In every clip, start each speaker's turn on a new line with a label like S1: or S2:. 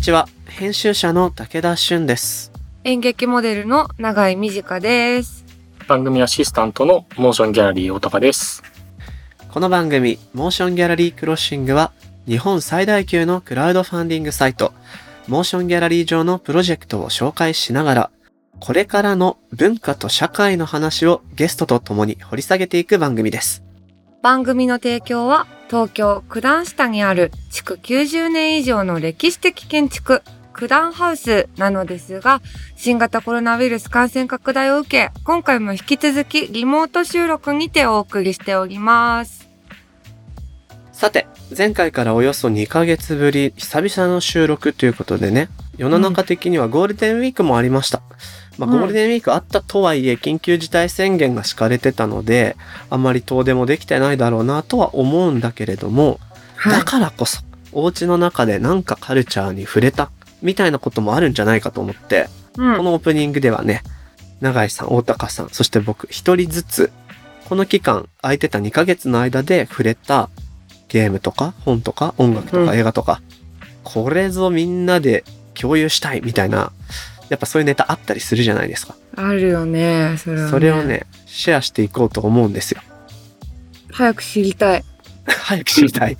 S1: ちは。編集者の武田俊です。
S2: 演劇モデルの永井美智香です。
S3: 番組アシスタントのモーションギャラリー大高です。
S1: この番組、モーションギャラリークロッシングは、日本最大級のクラウドファンディングサイト、モーションギャラリー上のプロジェクトを紹介しながら、これからの文化と社会の話をゲストと共に掘り下げていく番組です。
S2: 番組の提供は東京九段下にある築90年以上の歴史的建築九段ハウスなのですが、新型コロナウイルス感染拡大を受け、今回も引き続きリモート収録にてお送りしております。
S1: さて、前回からおよそ2ヶ月ぶり、久々の収録ということでね、世の中的にはゴールデンウィークもありました。まあ、
S2: うん
S1: ゴールデンウィークあったとはいえ、緊急事態宣言が敷かれてたので、あんまり遠出もできてないだろうなとは思うんだけれども、だからこそ、お家の中でなんかカルチャーに触れた、みたいなこともあるんじゃないかと思って、
S2: うん
S1: このオープニングではね、永井さん、大高さん、そして僕、一人ずつ、この期間、空いてた2ヶ月の間で触れたゲームとか本とか音楽と
S2: う
S1: か
S2: ん
S1: 映画とか、これぞみんなで共有したいみたいな、やっぱそういうネタあったりするじゃないですか。
S2: あるよね、それは、
S1: それを。ね、シェアしていこうと思うんですよ。
S2: 早く知りたい。
S1: 早く知りたい。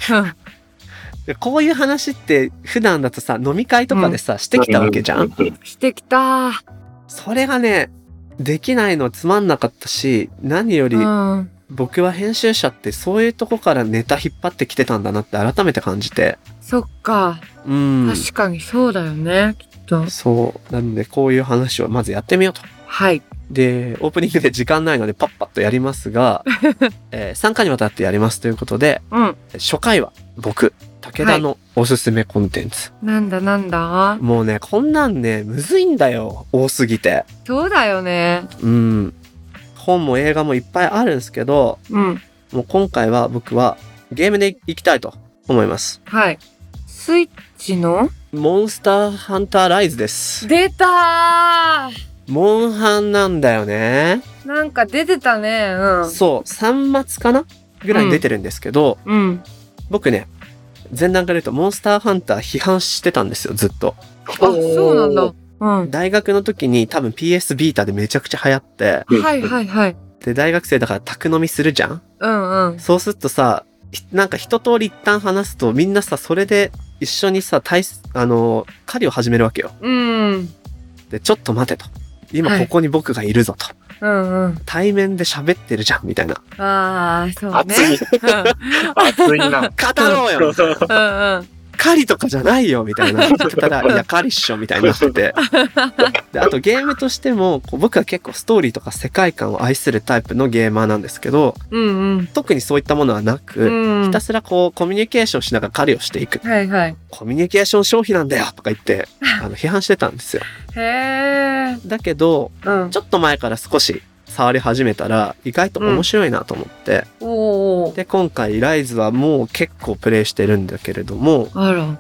S1: でこういう話って普段だとさ、飲み会とかでさ、してきたわけじゃん。
S2: してきた。
S1: それがね、できないのつまんなかったし、何より
S2: うん。
S1: 僕は編集者ってそういうとこからネタ引っ張ってきてたんだなって改めて感じて。
S2: そっか。
S1: うん。
S2: 確かにそうだよね、きっと。
S1: そう。なんでこういう話をまずやってみようと。
S2: はい。
S1: で、オープニングで時間ないのでパッパッとやります が、え3回にわたってやりますということで、
S2: うん。
S1: 初回は僕、武田のおすすめコンテンツ。
S2: なんだなんだ
S1: もうね、こんなんね、むずいんだよ。多すぎて。
S2: そうだよね。
S1: うん。本も映画もいっぱいあるんですけど、
S2: うん。
S1: もう今回は僕はゲームでいきたいと思います。
S2: はい。スイッチの
S1: モンスターハンターライズです。
S2: 出たー
S1: モンハンなんだよね。
S2: なんか出てたね。
S1: そう、3末かなぐらいに出てるんですけど、
S2: うん。うん。
S1: 僕ね、前段から言うとモンスターハンター批判してたんですよ、ずっと。
S3: あ、
S2: あ、そうなんだ。うん。
S1: 大学の時に多分 PS ビータでめちゃくちゃ流行って、
S2: はいはいはい。
S1: で、大学生だから宅飲みするじゃん
S2: うんうん。
S1: そうするとさ、ひなんか一通り一旦話すとみんなさ、それで一緒にさ、対すあの、狩りを始めるわけよ。
S2: うん。
S1: で、ちょっと待てと。今
S2: はい
S1: ここに僕がいるぞと。
S2: うんうん。
S1: 対面で喋ってるじゃん、みたいな。
S2: ああ、そうね
S3: 熱。い。熱いな。
S1: 語ろうよ
S2: うんうんうん。
S1: 狩りとかじゃないよみたいな言ってたら「いや狩りっしょ」みたいになっててであとゲームとしてもこう僕は結構ストーリーとか世界観を愛するタイプのゲーマーなんですけど
S2: うん
S1: 特にそういったものはな
S2: う
S1: く、
S2: ん。うん
S1: ひた。すらこうコミュニケーションしながら狩りをしていく
S2: はいはい。
S1: コミュニケーション消費なんだよとか言ってあの批判してたんですよ
S2: へえ。
S1: だけど
S2: うん。
S1: ちょっと前から少し触り始めたら意外と面白いなと思って、
S2: おお。
S1: で今回ライズはもう結構プレイしてるんだけれども
S2: あら。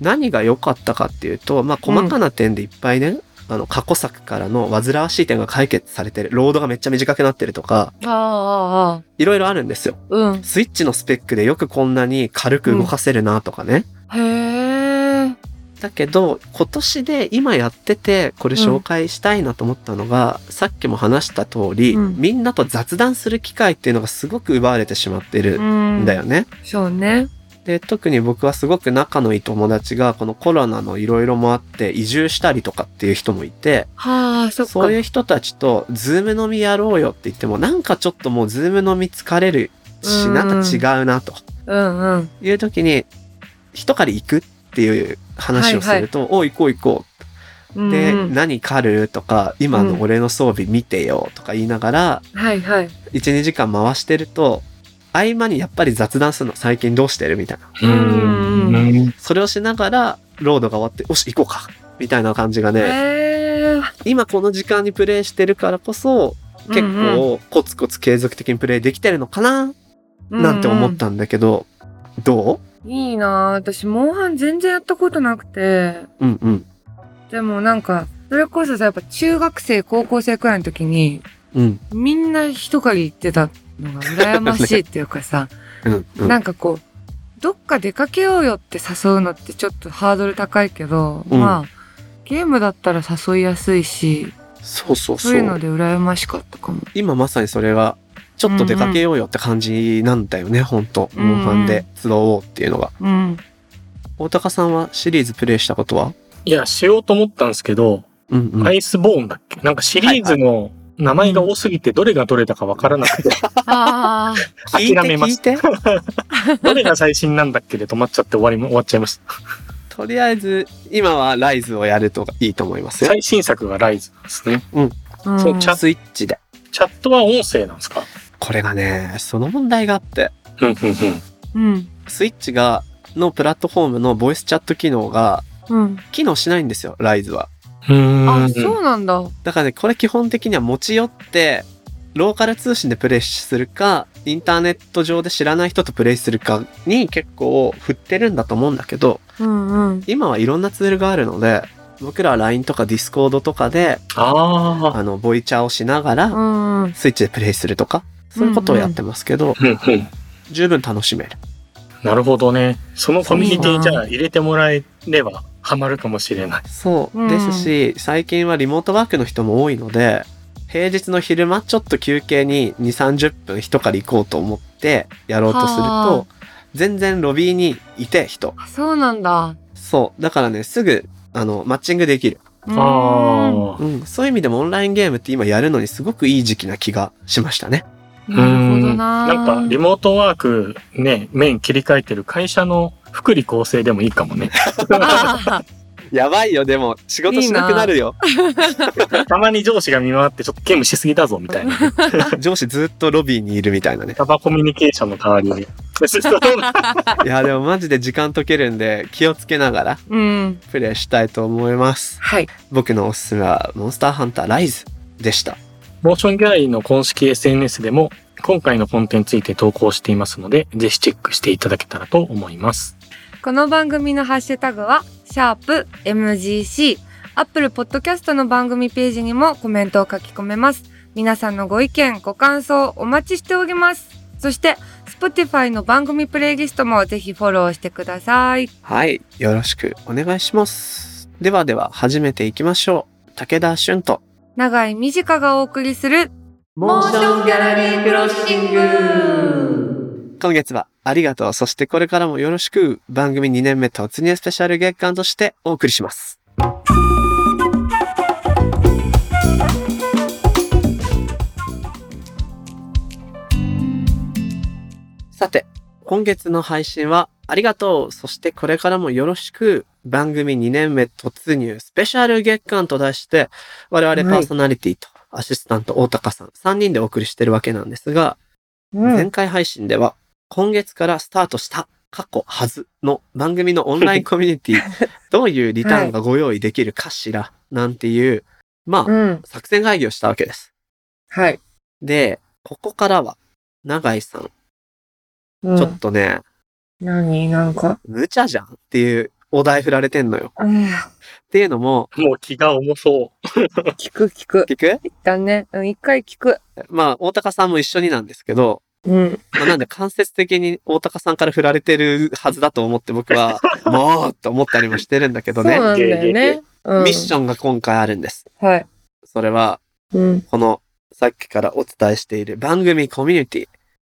S1: 何が良かったかっていうと、まあ、細かな点でいっぱいね、あの過去作からの煩わしい点が解決されてるロードがめっちゃ短くなってるとか
S2: あーあー、ああ。
S1: いろいろあるんですよ
S2: うん。
S1: スイッチのスペックでよくこんなに軽く動かせるなとかね、
S2: へえ。
S1: だけど今年で今やっててこれ紹介したいなと思ったのが、さっきも話した通り、
S2: うん
S1: みんなと雑談する機会っていうのがすごく奪われてしまってる
S2: うん
S1: んだよ。ね、
S2: そうね。
S1: で特に僕はすごく仲のいい友達がこのコロナのいろいろもあって移住したりとかっていう人もいて
S2: はあ、そっか。
S1: そういう人たちとズーム飲みやろうよって言ってもなんかちょっともうズーム飲み疲れるし
S2: うん
S1: なんか違うなと
S2: うんうん。
S1: いう時に一狩り行くっていう話をすると「おい行こう行こ
S2: う
S1: う」
S2: ん
S1: で「
S2: うん
S1: 何狩る?」とか「今の俺の装備見てよ」とか言いながら
S2: はいはい。
S1: 12時間回してると合間にやっぱり雑談するの最近どうしてるみたいな。
S2: うん
S3: うん。
S1: それをしながら、ロードが終わって、よし、行こうか。みたいな感じがね、
S2: へえ。
S1: 今この時間にプレイしてるからこそ、結構コツコツ継続的にプレイできてるのかな
S2: 構
S1: なんて思っ。たんだけど、ど
S2: いいなあ私、モンハン全然やったことなくて。
S1: ううんうん。
S2: でもなんか、それこそさ、やっぱ中学生、高校生くらいの時に、
S1: うん。
S2: みんな一狩り行ってたのが羨ましいっていうかさ、
S1: うん、うん。
S2: なんかこう、どっか出かけようよって誘うのってちょっとハードル高いけど、
S1: うん
S2: まあ、ゲームだったら誘いやすいし、
S1: そうそう
S2: そ
S1: そう
S2: いう
S1: う
S2: の。で羨ましかったかも。
S1: 今まさにそれは、ちょっと出かけようよって感じなんだよね、ほんと。
S2: うん
S1: モ
S2: うん
S1: ンハンで集おうっていうのが。
S2: うん。
S1: 大高さんはシリーズプレイしたことはい
S3: や、しようと思ったんですけど、
S1: うんうん。
S3: アイスボーンだっけなんかシリーズの名前が多すぎてどれがどれだかわからなくて、
S2: ああ、
S1: 聞いて
S3: 諦めま
S1: 聞い
S3: した
S1: て。
S3: どれが最新なんだっけで止まっちゃって終わりも、終わっちゃいました。
S1: とりあえず、今はライズをやるといいと思いますよ。
S3: 最新作がライズなんですね。
S2: うん、
S3: そうチャ
S1: スイッチで。
S3: チャットは音声なんですか
S1: これがね、その問題があって、
S3: うん、うん、うん。
S2: うん。
S1: スイッチが、のプラットフォームのボイスチャット機能が
S2: うん。
S1: 機能しないんですよ、ライズは。
S3: うん
S2: あ、そうなんだ。う
S1: だからね、これ基本的には持ち寄って、ローカル通信でプレイするか、インターネット上で知らない人とプレイするかに結構振ってるんだと思うんだけど、
S2: んうん。
S1: 今はいろんなツールがあるので、僕らは LINE とか Discord とかで、
S3: ああ。
S1: あの、ボイチャをしなが
S2: う
S1: ら、
S2: んうん。
S1: スイッチでプレイするとか、そういうことをやってますけど、
S3: うん、うん。
S1: 十分楽しめる。
S3: なるほどね。そのコミュニティじゃあ入れてもらえればハマるかもしれない。
S1: そう、
S2: うん
S1: ですし最近はリモートワークの人も多いので平日の昼間ちょっと休憩に2 3 0分一狩り行こうと思ってやろうとする
S2: は
S1: と全然ロビーにいて人
S2: あそうなんだ。
S1: そうだからねすぐあのマッチングできる、
S2: うーん
S3: あ
S1: う。ん、そういう意味でもオンラインゲームって今やるのにすごくいい時期な気がしましたね
S2: なるほどな。
S3: なんかリモートワークね、面切り替えてる会社の福利厚生でもいいかもね。
S2: あ
S1: やばいよでも仕事しなくなるよ
S3: たまに上司が見回ってちょっとゲームしすぎだぞみたいな。
S1: 上司ずっとロビーにいるみたいなね
S3: タバコミュニケーションの代わりに。
S1: いやでもマジで時間解けるんで気をつけながら
S2: ー うん。
S1: プレイしたいと思います
S2: はい。
S1: 僕のおすすめはモンスターハンターライズでした。
S3: モーションギャラリーの公式 SNS でも今回のコンテンツについて投稿していますので、ぜひチェックしていただけたらと思います。
S2: この番組のハッシュタグは、シャープ MGC、アップルポッドキャストの番組ページにもコメントを書き込めます。皆さんのご意見、ご感想、お待ちしております。そして、Spotify の番組プレイリストもぜひフォローしてください。
S1: はい。よろしくお願いします。ではでは始めていきましょう。武田俊と。
S2: 長井美佳がお送りする、
S1: モ
S2: ーションギャラリークロッシング
S1: 今月はありがとう。そしてこれからもよろしく番組2年目突入スペシャル月間としてお送りします。さて、今月の配信はありがとう。そしてこれからもよろしく番組2年目突入スペシャル月間と題して我々パーソナリティとアシスタント大高さん3人でお送りしてるわけなんですが、前回配信では今月からスタートした過去はずの番組のオンラインコミュニテ ィどういうリターンがご用意できるかしらなんていうまあ
S2: ん。
S1: 作戦会議をしたわけです。
S2: はい。
S1: で、ここからは永井さん、
S2: う
S1: ちょっとね、
S2: 何なんか。
S1: 無茶じゃんっていうお題振られてんのよ。っていうのも、
S3: もう気が重そ
S2: 聞く聞く。
S1: 聞く
S2: 一旦ね。うん、一回聞く。
S1: まあ大高さんも一緒になんですけど、
S2: うん。
S1: まあ、なんで間接的に大高さんから振られてるはずだと思って僕 は、もうと思ったりもしてるんだけどね。
S2: そうなんだよね。うん。
S1: ミッションが今回あるんです。
S2: はい。
S1: それは、
S2: うん。
S1: この、さっきからお伝えしている番組コミュニテ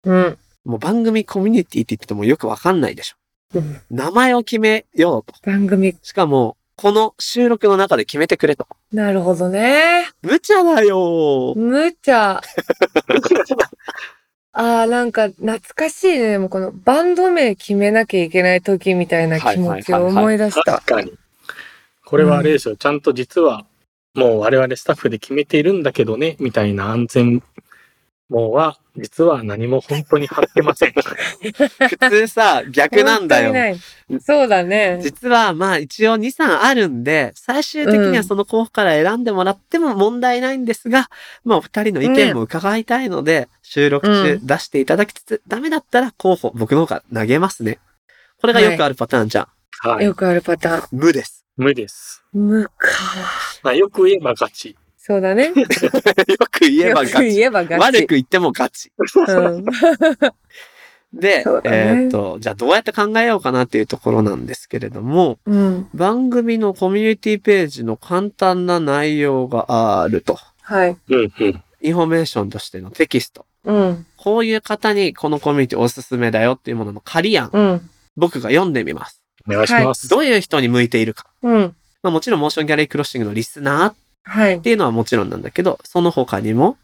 S1: ィ。
S2: うん。
S1: もう番組コミュニティって言ってもよくわかんないでしょ。
S2: うん
S1: 名前を決めようと。
S2: 番組、
S1: しかも、この収録の中で決めてくれと。
S2: なるほどね。
S1: 無茶だ よー
S2: む ちゃ。あー、なんか懐かしいね。でもこのバンド名決めなきゃいけない時みたいな気持ちを思い出
S3: う。
S2: した
S3: 確。かに。これはあれですよ。ちゃんと実は、もう我々スタッフで決めているんだけどね、みたいな安全網は、実は何も本当に張って ません。
S1: 普通さ、逆なんだ
S2: 本当
S1: よ。
S2: にないそうだね。
S1: 実は、まあ一応2、3あるんで、最終的にはその候補から選んでもらっても問題ないんですが、まあお二人の意見も伺いたいので、収録中出していただきつつ、ダメだったら候補、僕の方から投げますね。これがよくあるパターンじゃん。
S3: はい。
S2: よくあるパターン。
S1: 無です。
S3: 無です。
S2: むか。
S3: まあ、よく言えば勝ち。
S2: そうだ
S1: よ
S2: ね。
S1: く言えば
S2: よ
S1: ガ
S2: く
S1: チ。
S2: 言えばガチ。
S1: 悪く言ってもガチ。
S2: うん
S1: で、
S2: そうだね
S1: えっ、と、じゃあどうやって考えようかなっていうところなんですけれども、
S2: うん。
S1: 番組のコミュニティページの簡単な内容があると。
S2: はい。
S3: うんうん。
S1: インフォメーションとしてのテキスト。
S2: うん。
S1: こういう方にこのコミュニティおすすめだよっていうものの仮案、
S2: うん。
S1: 僕が読んでみます。
S3: お願いします。
S1: どういう人に向いているか。
S2: うん。
S1: まあもちろんモーションギャラリークロッシングのリスナーっ
S2: はい。
S1: ていうのはもちろんなんだけど、その他にも、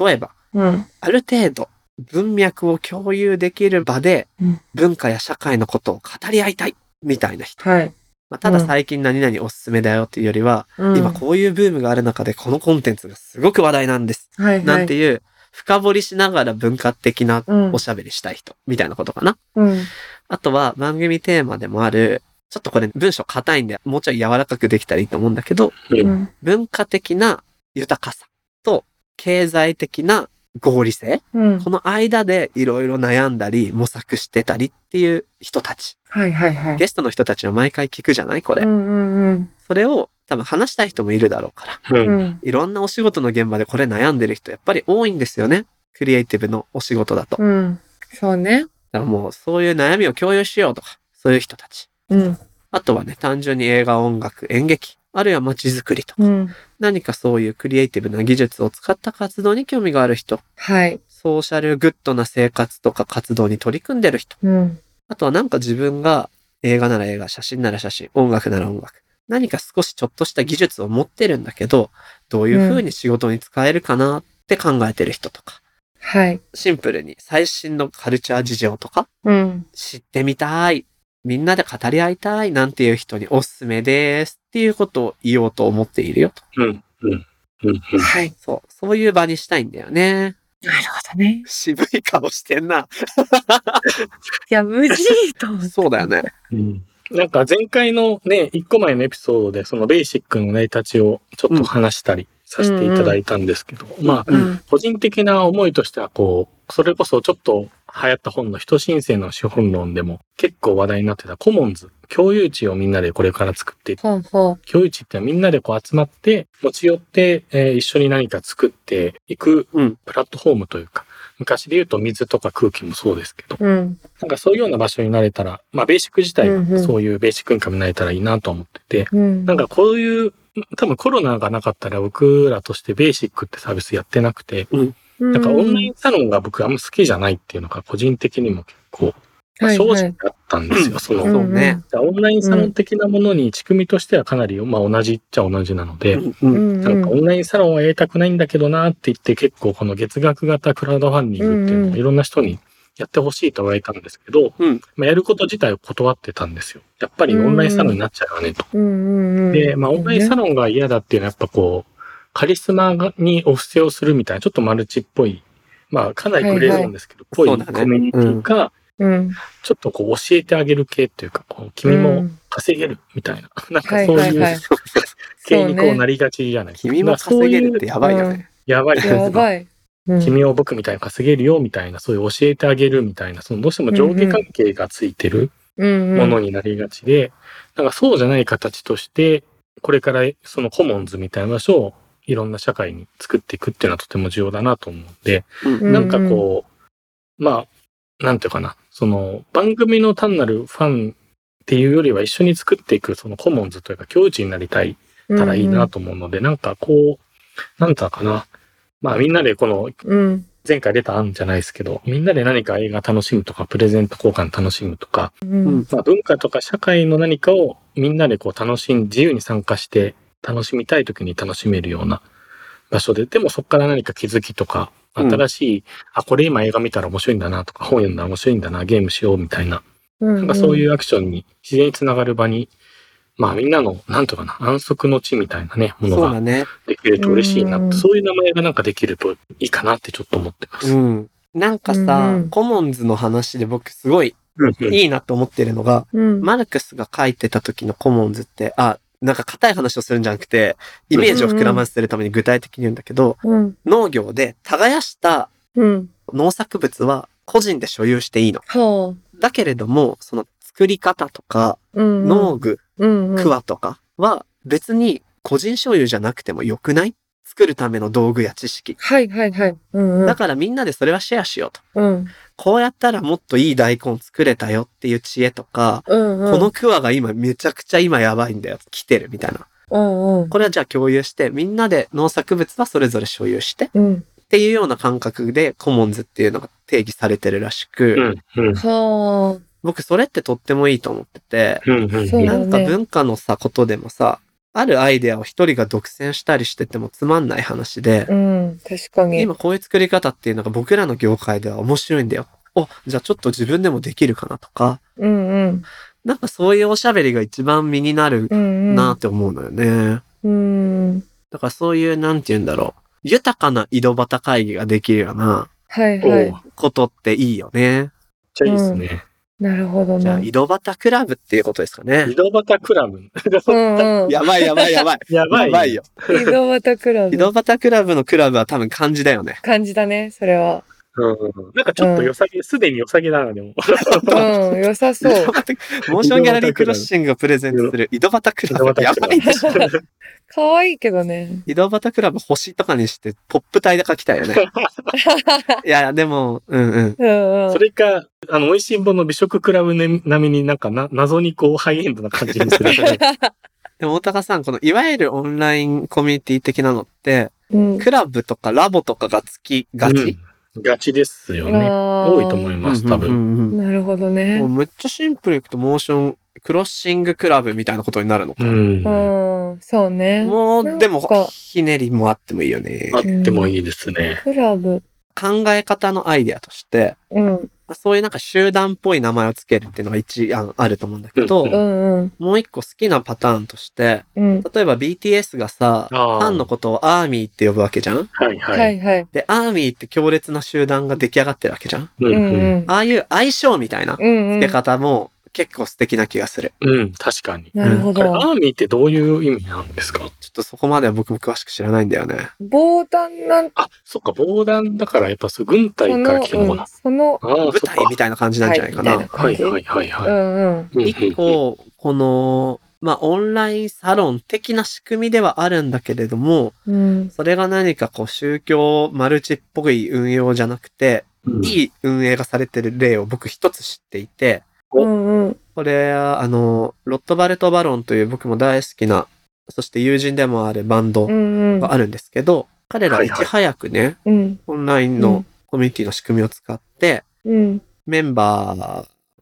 S1: 例えば、
S2: うん。
S1: ある程度文脈を共有できる場で
S2: うん
S1: 文化や社会のことを語り合いたいみたいな人。
S2: はい。
S1: まあ、ただ最近何々おすすめだよっていうよりは、
S2: うん、
S1: 今こういうブームがある中でこのコンテンツがすごく話題なんです。
S2: う、はい、はい。
S1: なんていう、深掘りしながら文化的な
S2: うん
S1: お。しゃべりしたい人みたいなことかな。
S2: うん。
S1: あとは番組テーマでもある、ちょっとこれ文章硬いんでもうちょい柔らかくできたらいいと思うんだけど、
S2: うん。
S1: 文化的な豊かさと経済的な合理性
S2: うん
S1: こ。の間でいろいろ悩んだり模索してたりっていう人たち。
S2: はい、はい、はい。
S1: ゲストの人たちを毎回聞くじゃないこれ。
S2: うん、うん、
S1: それを多分話したい人もいるだろうから。
S3: う。
S2: うん。うんん。
S1: いろんなお仕事の現場でこれ悩んでる人やっぱり多いんですよね。クリエイティブのお仕事だと。だか
S2: うん。そうね。
S1: らもうそういう悩みを共有しようとか、そういう人たち。
S2: うん。
S1: あとはね、単純に映画、音楽、演劇、あるいは街づくりとか、
S2: うん。
S1: 何かそういうクリエイティブな技術を使った活動に興味がある人、
S2: はい。
S1: ソーシャルグッドな生活とか活動に取り組んでる人、
S2: うん。
S1: あとはなんか自分が映画なら映画、写真なら写真、音楽なら音楽。何か少しちょっとした技術を持ってるんだけど、どういう風に仕事に使えるかなって考えてる人とか、
S2: はい。
S1: シンプルに最新のカルチャー事情とか、
S2: うん。
S1: 知ってみたい、みんなで語り合いたいなんていう人におすすめですっていうことを言おうと思っているよと。
S3: うん。うん。うん。
S2: はい。
S1: そう、そういう場にしたいんだよね。
S2: なるほどね。
S1: 渋い顔してんな。
S2: いや、無事と思って。
S1: そうだよね。
S3: うんなんか前回のね、一個前のエピソードで、そのベーシックの成り立ちをちょっと話したりさせていただいたんですけど、まあ、
S2: う
S1: うん
S2: ん。
S3: 個人的な思いとしては、こう、それこそちょっと流行った本の人申請の資本論でも結構話題になってたコモンズ、共有地をみんなでこれから作っていく
S2: ほうほ
S3: 共有地ってみんなでこう集まって、持ち寄って、えー一緒に何か作っていく
S1: うん
S3: プラットフォームというか、昔で言うと水とか空気もそうですけど、
S2: う。うん。
S3: なんかそういうような場所になれたら、まあベーシック自体
S2: うんう
S3: が
S2: ん
S3: そういうベーシックインカムになれたらいいなと思ってて、
S2: うん。
S3: なんかこういう、多分コロナがなかったら僕らとしてベーシックってサービスやってなくて、
S2: うん、
S3: なんかオンラインサロンが僕あんま好きじゃないっていうのが個人的にも結構、まあ
S2: はい
S3: 正
S2: はい
S3: 直だったんですよ、その
S1: そうね。
S3: じゃあオンラインサロン的なものに仕組みとしてはかなり、まあ、同じっちゃ同じなので、
S1: うん
S2: う
S1: うん
S2: ん。
S3: なんかオンラインサロンはやりたくないんだけどなって言って結構この月額型クラウドファンディングっていう
S2: うん
S3: の
S2: う
S3: を
S2: ん
S3: いろんな人にやってほしいと言われたんですけど、
S1: うん
S3: まあ、やること自体を断ってたんですよ。やっぱりオンラインサロンになっちゃうよねと。
S2: うんうんうん。
S3: で、まあオンラインサロンが嫌だっていうのはやっぱこう、カリスマがにお布施をするみたいなちょっとマルチっぽい、まあかなりグレーゾーンですけど、
S1: はいはい
S3: ぽいコミュニティが、
S2: うん。
S3: ちょっとこう教えてあげる系っていうか、こう君も稼げるみたいな、 なんかそう
S2: はいはい
S3: い
S2: はいう
S3: 系にこうな
S2: り。
S3: りがちじゃないですか。
S1: 君も稼げるって
S3: だから
S1: やばいよね。
S3: そういうやばい
S2: そうねやばい。うん
S3: 君を僕みたいに稼げるよみたいな、そういう教えてあげるみたいな、そのどうしても上下関係がついてる
S2: うん
S3: ものになりがちで、なんかそうじゃない形として、これからそのコモンズみたいな場所をいろんな社会に作っていくっていうのはとても重要だなと思うんで、
S1: うん
S3: なんかこう、まあ、なんていうかな、その番組の単なるファンっていうよりは一緒に作っていくそのコモンズというか境地になりたいたらいいな。と思うので、なんかこう、なんだかな、まあみんなでこの
S2: うん
S3: 前回出た案じゃないですけど、みんなで何か映画楽しむとか、プレゼント交換楽しむとか、
S2: うんうん。
S3: まあ、文化とか社会の何かをみんなでこう楽しん、自由に参加して楽しみたい時に楽しめるような場所で、でもそこから何か気づきとか、
S1: うん
S3: 新しい、あ、これ今映画見たら面白いんだなとか、本読んだら面白いんだな、ゲームしようみたいな、
S2: な。
S3: なんかそういううアクションに自然につながる場に、まあみんなの、なんとかな、安息の地みたいなね、もの
S1: そうだ
S3: が
S1: ね。
S3: できると嬉しいな
S2: うん
S3: そういう名前がなんかできるといいかなってちょっと思ってま
S1: う
S3: す。
S1: ん。なんかさ、
S2: うんうん
S1: コモンズの話で僕すごい
S3: うんうん
S1: いいなと思ってるのが、
S2: うん。
S1: マルクスが書いてた時のコモンズって、あ、なんか硬い話をするんじゃなくて、イメージを膨らませるために具体的に言うんだけど、
S2: うん。
S1: 農業で耕した
S2: うん。
S1: 農作物は個人で所有していいの。
S2: ほ
S1: だけれども、その作り方とか、
S2: う。うん。
S1: 農具、
S2: うんうん。
S1: クワとかは別に個人所有じゃなくてもよくない作るための道具や知識。
S2: はいはいはい。うんうん。
S1: だからみんなでそれはシェアしようと。
S2: うん。
S1: こうやったらもっといい大根作れたよっていう知恵とか、
S2: うんうん。
S1: このクワが今めちゃくちゃ今やばいんだよ。来てるみたいな。
S2: うんうん。
S1: これはじゃあ共有して、みんなで農作物はそれぞれ所有してっ
S2: うん。
S1: ていうような感覚でコモンズっていうのが定義されてるらしく、
S3: うん、うん、
S2: は
S1: 僕それってとってもいいと思ってて、
S3: うん、うん。
S2: そううんだ
S1: な
S2: ね
S1: んか文化のさ、ことでもさ、あるアイデアを一人が独占したりしててもつまんない話で
S2: あ。、うん。確かに。
S1: 今こういう作り方っていうのが僕らの業界では面白いんだよ。お、じゃあちょっと自分でもできるかなとか、
S2: うんうん。
S1: なんかそういうおしゃべりが一番身になる
S2: うんうん。
S1: なって思うのよね。
S2: うん。
S1: だからそういう、なんて言うんだろう。豊かな井戸端会議ができるような
S2: はい
S3: おう
S2: は
S3: めっ
S2: い。
S1: ことっていいよね。
S3: ちゃいいですね。
S2: なるほど
S1: じゃあ、
S2: ね。
S1: 井戸端クラブっていうことですかね
S3: 井。戸端クラブ。
S2: うんうん。
S1: やばいやばいやばい。
S3: やばい。
S1: やばいよ。。
S2: 井戸端クラ
S1: 井
S2: ブ。
S1: 戸端クラブのクラブは多分漢字だよね。
S2: 感じだね、それは。
S3: うん。なんかちょっと良さげ、すでに良さげだな、でも。
S2: うん、良さそう。
S1: モーションギャラリークロッシングをプレゼントする井戸端クラブってやばいでしょ。
S2: 可愛いけどね。
S1: 井戸端クラブ星とかにしてポップ体で書きたい よね。いやいや、でも、うんうん。
S2: うんうん
S3: そ。れか、あの、美味しい棒の美食クラブね並みになんかな、謎にこう、ハイエンドな感じにす る。
S1: でも大高さん、このいわゆるオンラインコミュニティ的なのって、
S2: うん。
S1: クラブとかラボとかがつきがち、
S3: うんガチですよね。多
S2: 多
S3: いと思います、多分。
S1: 分。
S2: なるほどね
S1: もう。めっちゃシンプルいくと、モーション、クロッシングクラブみたいなことになるのか
S3: う
S1: な。
S3: ん。あ
S2: うん、そうね。
S1: も
S2: なん
S1: う、
S2: か
S1: でも、ひねりもあってもいいよね。
S3: ってもいいですね。
S2: クラブ。
S1: 考え方のアイデアとして、
S2: うん、
S1: まあそういうなんか集団っぽい名前をつけるっていうのが一案あると思うんだけど、
S3: うん
S2: うん、うん、
S1: もう一個好きなパターンとして、
S2: うん。
S1: 例えば BTS がさ、フ
S3: あー
S1: ァンのことをアーミーって呼ぶわけじゃん
S3: はいは。
S2: はいい、はい。
S1: で、アーミーって強烈な集団が出来上がってるわけじゃん
S3: う。
S2: うん、うんん。
S1: ああいう相性みたいな
S2: うん、うん
S1: 付け。方も結構素敵な気がする。
S3: うん、確かに。
S2: なるほ
S3: これ、ア
S2: ど。
S3: ーミーってどういう意味なんですか
S1: ちょっとそこまでは僕も詳しく知らないんだよね。
S2: 防弾なん
S3: あ、そっか、防弾だから、やっぱそう、軍隊
S2: そ
S3: から
S2: の、
S3: 来たのか
S2: うん
S3: な。
S2: その、
S3: ああ、そっ
S1: 舞
S3: か。
S1: 台みたいな感じなんじゃないかな。
S2: はいみたい
S3: はいはいはいは
S2: う
S3: い。
S2: ん、うん。
S3: うん
S1: 一、個、この、まあ、オンラインサロン的な仕組みではあるんだけれども、
S2: うん、
S1: それが何かこう宗教マルチっぽい運用じゃなくて、
S3: うん
S1: いい運営がされてる例を僕一つ知っていて、
S2: うん、うん。
S1: これは、あの、ロットバルト・バロンという僕も大好きな、そして友人でもあるバンド
S2: うん、
S1: があるんですけど、彼らはいち早くね、
S2: うん。
S1: オンライン
S2: う
S1: の
S2: ん
S1: コミュニティの仕組みを使って、
S2: うん、
S1: メンバ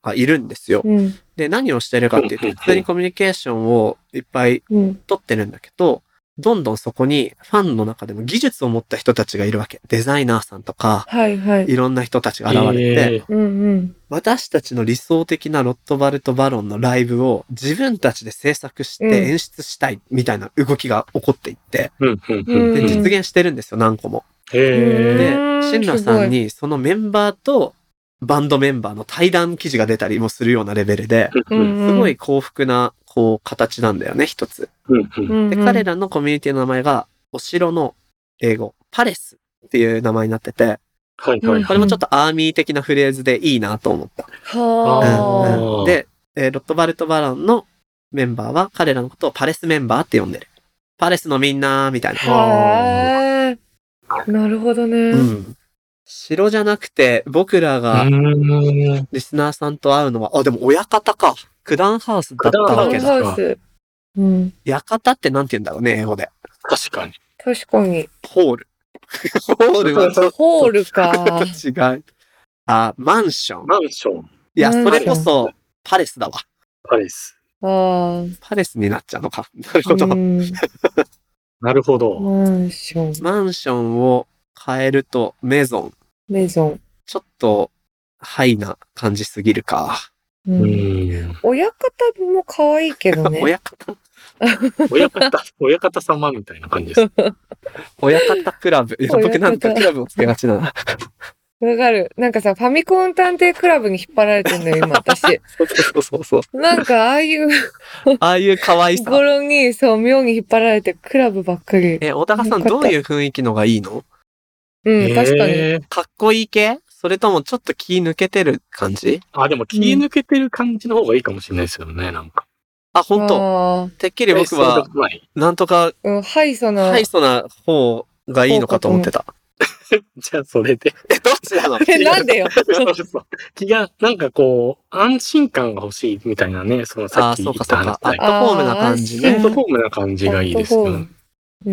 S1: ーがいるんですよ。
S2: うん、
S1: で、何をしてるかっていう
S3: うん
S1: と、
S3: うん
S1: 普通にコミュニケーションをいっぱい
S2: うん。
S1: 取ってるんだけど、どんどんそこにファンの中でも技術を持った人たちがいるわけ。デザイナーさんとか、
S2: はい、はい。
S1: いろんな人たちが現れて、
S3: えー
S2: うん、うん。
S1: 私たちの理想的なロットバルト・バロンのライブを自分たちで制作して
S2: うん
S1: 演出したいみたいな動きが起こっていって、
S3: うんうんうん
S1: で
S3: うん。
S1: 実現してるんですよ、何個も。で
S3: へえ。
S2: う、ん
S1: シンラさんにそのメンバーとバンドメンバーの対談記事が出たりもするようなレベルで、
S2: う
S3: うん
S2: ん、
S1: すごい幸福な、こう、形なんだよね、一つ。
S3: うんうん
S2: うん。
S1: で、
S2: うん
S1: 彼、らのコミュニティの名前が、お城の英語、パレスっていう名前になってて、
S3: はいはい
S1: こ
S3: は
S1: れ
S3: い。
S1: もちょっとアーミー的なフレーズでいいなと思った。
S2: はあ。
S3: ー
S1: うんで、えーロットバルト・バロンのメンバーは彼らのことをパレスメンバーって呼んでる。パレスのみんなーみたいな。
S2: はあ。なるほどね。
S1: うん。城じゃなくて、僕らが
S3: うん
S1: リスナーさんと会うのは、あ、でも親方か。九段ハウスだったわけ
S3: 九段
S1: だ。
S2: ハウス。うん。
S1: 館ってなんて言うんだろうね、英語で。
S3: 確かに。
S2: 確かに。
S1: ホール。ホールはちょっ
S2: ホールか。
S1: と違う。あ、マンション。
S3: マンション、
S1: いや、
S2: マンシ
S1: そ
S2: ョン
S1: れこそ、パレスだわ。
S3: パレス。
S2: ああ。
S1: パレスになっちゃうのか。 なるほど
S2: う。ん
S3: なるほど。
S2: マンション、
S1: マンションを変えると、メゾン。
S2: メゾン。
S1: ちょっと、ハイな感じすぎるか。
S2: う、
S3: うんん。
S2: 親方も可愛いけど ね。
S1: 親方、
S3: 親方、親方様みたいな感じです。
S1: 親方クラブ。いや、
S2: 親方
S1: 僕なんかクラブをつけがちだな。
S2: わかる。なんかさ、ファミコン探偵クラブに引っ張られてんのよ、今、私。
S1: そうそうそうそう。
S2: なんか、ああいう
S1: ああいう可愛さ。
S2: 頃に、そう、妙に引っ張られて、クラブばっかり。
S1: え、小高さん
S2: よかっ
S1: ど
S2: た
S1: ういう雰囲気のがいいの
S2: うん、確かに。
S3: へー
S1: かっこいい系それともちょっと気抜けてる感じ
S3: あ、でも気抜けてる感じの方がいいかもしれないですよね、なんか。
S1: あ、本当
S2: あ
S1: てっきり僕
S3: そうで
S1: は、
S3: もない
S1: なんとか、
S2: あ、うん、ハイソな、
S1: ハイソな方がいいのかと思ってた。
S3: じゃあそれで。
S1: え、どっちなの
S2: え、なんでよ。
S3: そうそう気が、なんかこう、安心感が欲しいみたいなね、そのさ
S1: あ
S3: っ
S1: あ、
S3: き
S1: そ
S3: 言
S1: う
S3: っ
S1: か、そ
S3: た
S1: う
S3: 話
S1: か。アッ
S3: だけど
S1: トホームな感じ
S2: あー
S3: アッ
S1: ね。
S3: トホームな感じがいいですよね。
S2: うー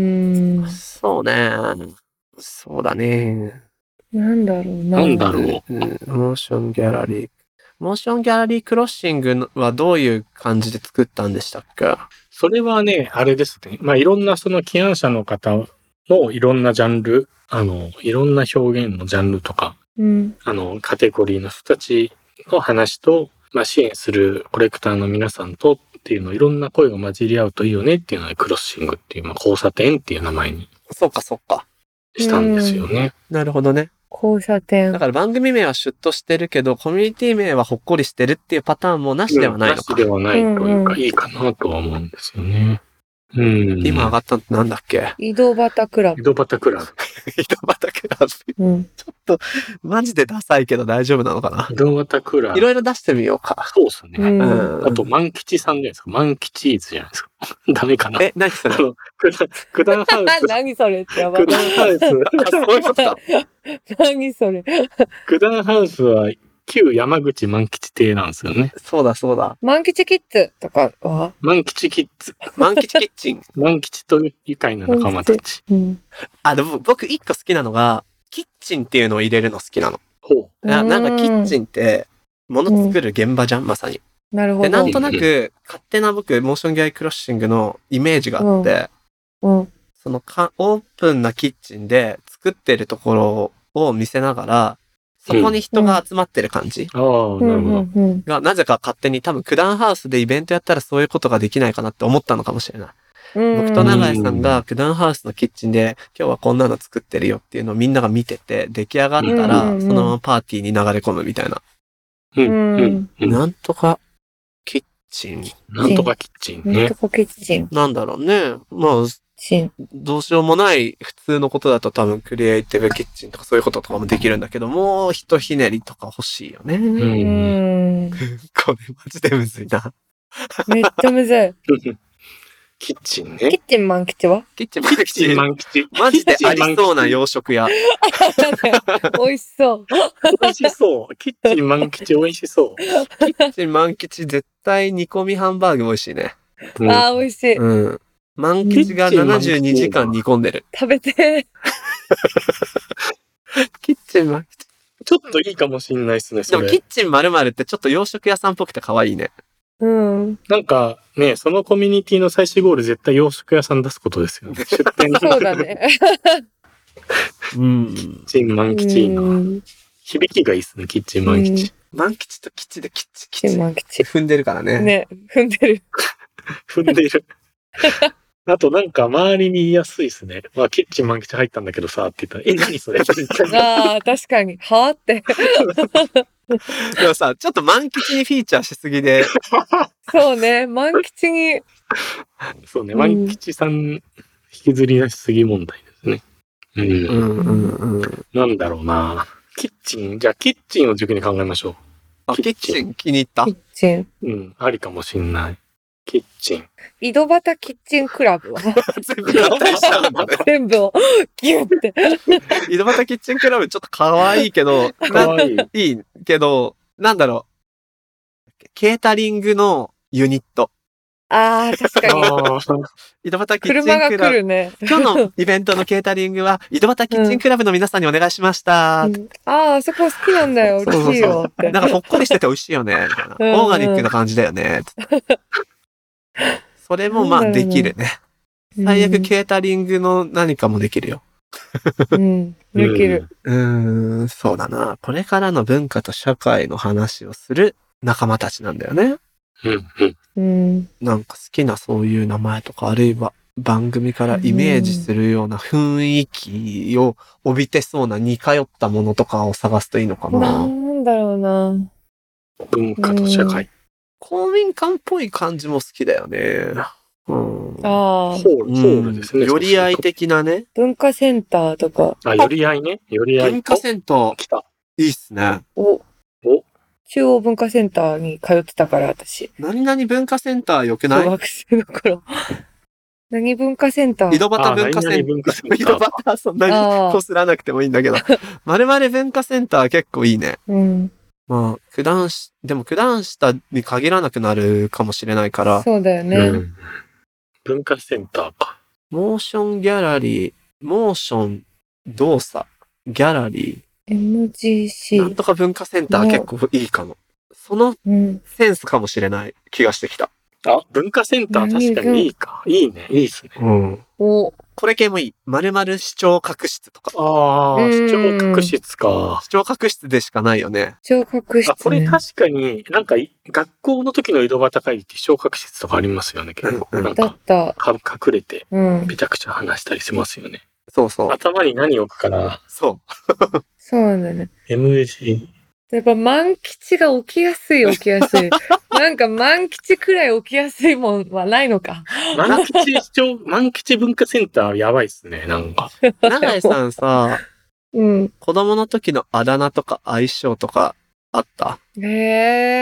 S2: ん。
S1: そうね。そうだね。
S2: なんだろうな。
S3: なんだろう
S1: うんモーションギャラリー。モーションギャラリークロッシングはどういう感じで作ったんでしたっけ
S3: それはね、あれですね。まあ、いろんなその起案者の方のいろんなジャンル、あの、いろんな表現のジャンルとか、
S2: うん。
S3: あの、カテゴリーの人たちの話と、まあ、支援するコレクターの皆さんとっていうの、いろんな声が混じり合うといいよねっていうので、クロッシングっていう、まあ、交差点っていう名前に
S1: そうか、そうか。
S3: したんですよね。
S1: なるほどね。
S2: 交差点
S1: だ。から番組名はシュッとしてるけど、コミュニティ名はほっこりしてるっていうパターンもなしではないのか。
S3: しではないというか、
S2: うんうん
S3: いいかなとは思うんですよね。うん。
S1: 今上がったのなんだっ け
S2: 井戸端クラ
S3: 井
S2: ブ。
S3: 戸端クラブ。
S1: 井戸端クラブ。
S2: うん。
S1: マジでダサいけど大丈夫なのかな
S3: 井戸端クラ
S1: い
S3: ブ。
S1: ろいろ出してみようか。
S3: そうですね。
S2: うん
S1: うん
S3: あと、万吉さんじゃないですか。万吉ーズじゃないですか。 ダメかな。
S1: え、何それ
S3: あの、くだ、くだ んハウス。
S2: 何それってやばい
S3: く。だんハウ
S1: あそういうことか。
S2: 何それ。
S3: ス。くだんハウスは、旧山口万吉亭なんですよね。
S1: そうだそうだ。
S2: 満吉キッズとかは
S3: 万吉キッズ。
S1: 満吉キッチン。
S3: 万吉と愉快な仲間たち。
S2: うん。
S1: あ、でも僕一個好きなのが、キッチンっていうのを入れるの好きなの。
S3: ほう。
S1: ななんかキッチ
S2: ン。
S1: ンって、もの作る現場じゃん、まさに。
S2: なるほ
S1: で、
S2: ど。
S1: なんとなく、勝手な僕、モーションギャイクロッシングのイメージがあって、
S2: うん。
S1: そのか、オープンなキッチンで作ってるところを見せながら、そこに人が集まってる感じ
S3: ああ、
S2: うん
S3: なるほど。
S2: うんうん
S1: が、なぜか勝手に多分、九段ハウスでイベントやったらそういうことができないかなって思ったのかもしれない。
S2: うん
S1: 僕と永井さんが九段ハウスのキッチンで、今日はこんなの作ってるよっていうのをみんなが見てて、出来上がったら、
S2: うん
S1: そのままパーティーに流れ込むみたいな。
S3: う
S2: うん
S3: ん。うん。うん
S1: なんとか、キッチン。
S3: なんとかキッチン
S2: なん
S3: ね
S2: と。かキッチン。
S1: なんだろうね。まあ、
S2: チン。
S1: どうしようもない普通のことだと多分クリエイティブキッチンとかそういうこととかもできるんだけど、もうひとひねりとか欲しいよね。
S3: う。
S2: うんん。
S1: これマジでむずいな。
S2: めっち ゃむずい。
S3: キッチン
S2: キ
S3: ね。
S2: ッチン満吉は
S1: キッチン、キッ
S3: キッチン万吉。
S1: マジでありそうな
S3: よ
S1: 洋食屋。
S2: 美味しそう。
S3: 美味しそう。キッチン満吉美味しそ
S1: キッチン満吉絶対煮込みハンバーグ美味しいね。
S3: う。うん
S2: ああ、美味しい。
S1: うん。満吉が
S3: キッチン満吉
S1: 72時間煮込んでる。
S2: 食べて。
S1: キッチン満吉。
S3: ちょっといいかもしんないですね、
S1: で
S3: そ
S1: も
S3: れ
S1: キ。ッチン〇〇ってちょっと洋食屋さんっぽくて可愛いね。
S2: うん。
S3: なんかね、そのコミュニティの最終ゴール絶対洋食屋さん出すことで すよね。出店
S2: そうだね。
S1: うん。
S3: キッチン満吉いいな。
S2: うん
S3: 響きがいいですね、キッチン満吉。
S1: 満吉と吉でキッチ
S2: キ
S1: キ
S2: ッチン
S1: ッ
S2: 満
S1: チ
S2: 吉。
S1: 踏んでるからね。
S2: ね、踏んでる。
S3: 踏んでいる。あとなんか周りに言いやすいですね。まあ、キッチン満吉入ったんだけどさ、って言ったら、え、何それ
S2: ああ、確かに。はあって。
S1: でもさ、ちょっと満吉にフィーチャーしすぎで、
S2: そうね。満吉に。
S3: そうね、
S2: うん
S3: 万吉さん引きずり出しすぎ問題ですね。うん。
S1: んうんうん。
S3: なんだろうな。キッチン、じゃあキッチンを軸に考えましょ
S1: あ、キッチン気に入 った
S2: キ。ッチン。
S3: う。うん、ありかもしんない。キッ チン。
S2: 井戸端キッチンクラ ブは
S1: 全部合体したんだね。
S2: 全部をギュって。
S1: 井戸端キッチンクラブちょっと可愛いけど、
S3: か
S1: な
S3: わいい。
S1: いいけど、なんだろう。ケータリングのユニット。
S2: ああ、確かに。
S3: あー
S1: 井戸端キッチン
S2: 車が
S1: ク
S2: 来
S1: ラブ。
S2: るね。
S1: 今日のイベントのケータリングは、井戸端キッチンクラブの皆さんにお願いしました。
S2: うんああ、あそこ好きなんだよ。
S1: そう
S2: 嬉
S1: そう
S2: しい
S1: そ
S2: よ
S1: う。
S2: って。
S1: なんかほっこりしてて美味しいよね。みたいな。
S2: うんうん
S1: オーガニックな感じだよね。それもま
S2: な
S1: あ
S2: んだろ
S1: で
S2: うな
S1: きるね。最悪ケータリングの何かもできるよ。
S2: うん。できる。
S1: うーん、そうだな。これからの文化と社会の話をする仲間たちなんだよね。
S3: うん。うん、うん。
S2: うん。
S1: なんか好きなそういう名前とか、あるいは番組からイメージするような雰囲気を帯びてそうな似通ったものとかを探すといいのか
S2: な
S1: な。
S2: んだろうな。
S3: 文化と社会。
S1: 公民館っぽい感じも好きだよね。うん。
S2: あ
S3: ホ
S2: あ、
S3: ール、
S1: う
S3: ホ
S1: ん
S3: ールですね。
S1: 寄り合い
S3: そうする
S1: 的なね。
S2: 文化センターとか。
S3: と。あ、寄り合いね。寄り合い。
S1: 文化センタ
S3: お
S1: ー、
S3: 来た。
S1: いいっすね。
S2: お
S3: お
S2: 中央文化センターに通ってたから、私。
S1: 何々文化センター良くない
S2: 学生の頃。 何文化センター
S1: 井戸端文化センター。
S3: 文化センタ
S1: 井戸
S3: ー。
S1: 端そんなに
S2: あー
S1: こすらなくてもいいん だけど。丸々文化センター結構いいね。
S2: うん。
S1: まあ、九段し、でも九段下に限らなくなるかもしれないから、
S2: そうだよ ね。
S3: うん文化センターか。
S1: モーションギャラリー、モーション動作、ギャラリー、なん
S2: MGC。
S1: とか文化センター
S2: ね
S1: 結構いいかも。その
S2: うん。
S1: センスかもしれない気がしてきた。
S3: あ、文化センター確かにいいか。いいね。いいですね。
S1: うん。
S2: お、
S1: これ系もいい。〇〇視聴覚室とか。
S3: ああ、
S2: うん
S3: 視聴覚室か。
S1: 視聴覚室でしかないよね。
S2: 聴覚室、
S3: あ、
S2: ね。
S3: これ確かに、なんかい、学校の時の井戸端会議って視聴覚室とかありますよね、結構。
S1: うんうん
S3: なん
S2: だ
S3: か
S2: っ、た。
S3: か隠れて、
S2: うん。
S3: めちゃくちゃ話したりしますよね。
S1: そうそう。
S3: 頭に何置くかな。
S1: そう。
S2: そうなんだよね。
S3: MG。
S2: やっぱ満吉が起きやすい、起きやす い。なんか満吉くらい起きやすいもんはないのか。
S3: 満吉視聴、満吉文化センターやばいっすね、なんか。
S1: 長井さんさ、
S2: うん。
S1: 子供の時のあだ名とか相性とかあった
S2: へ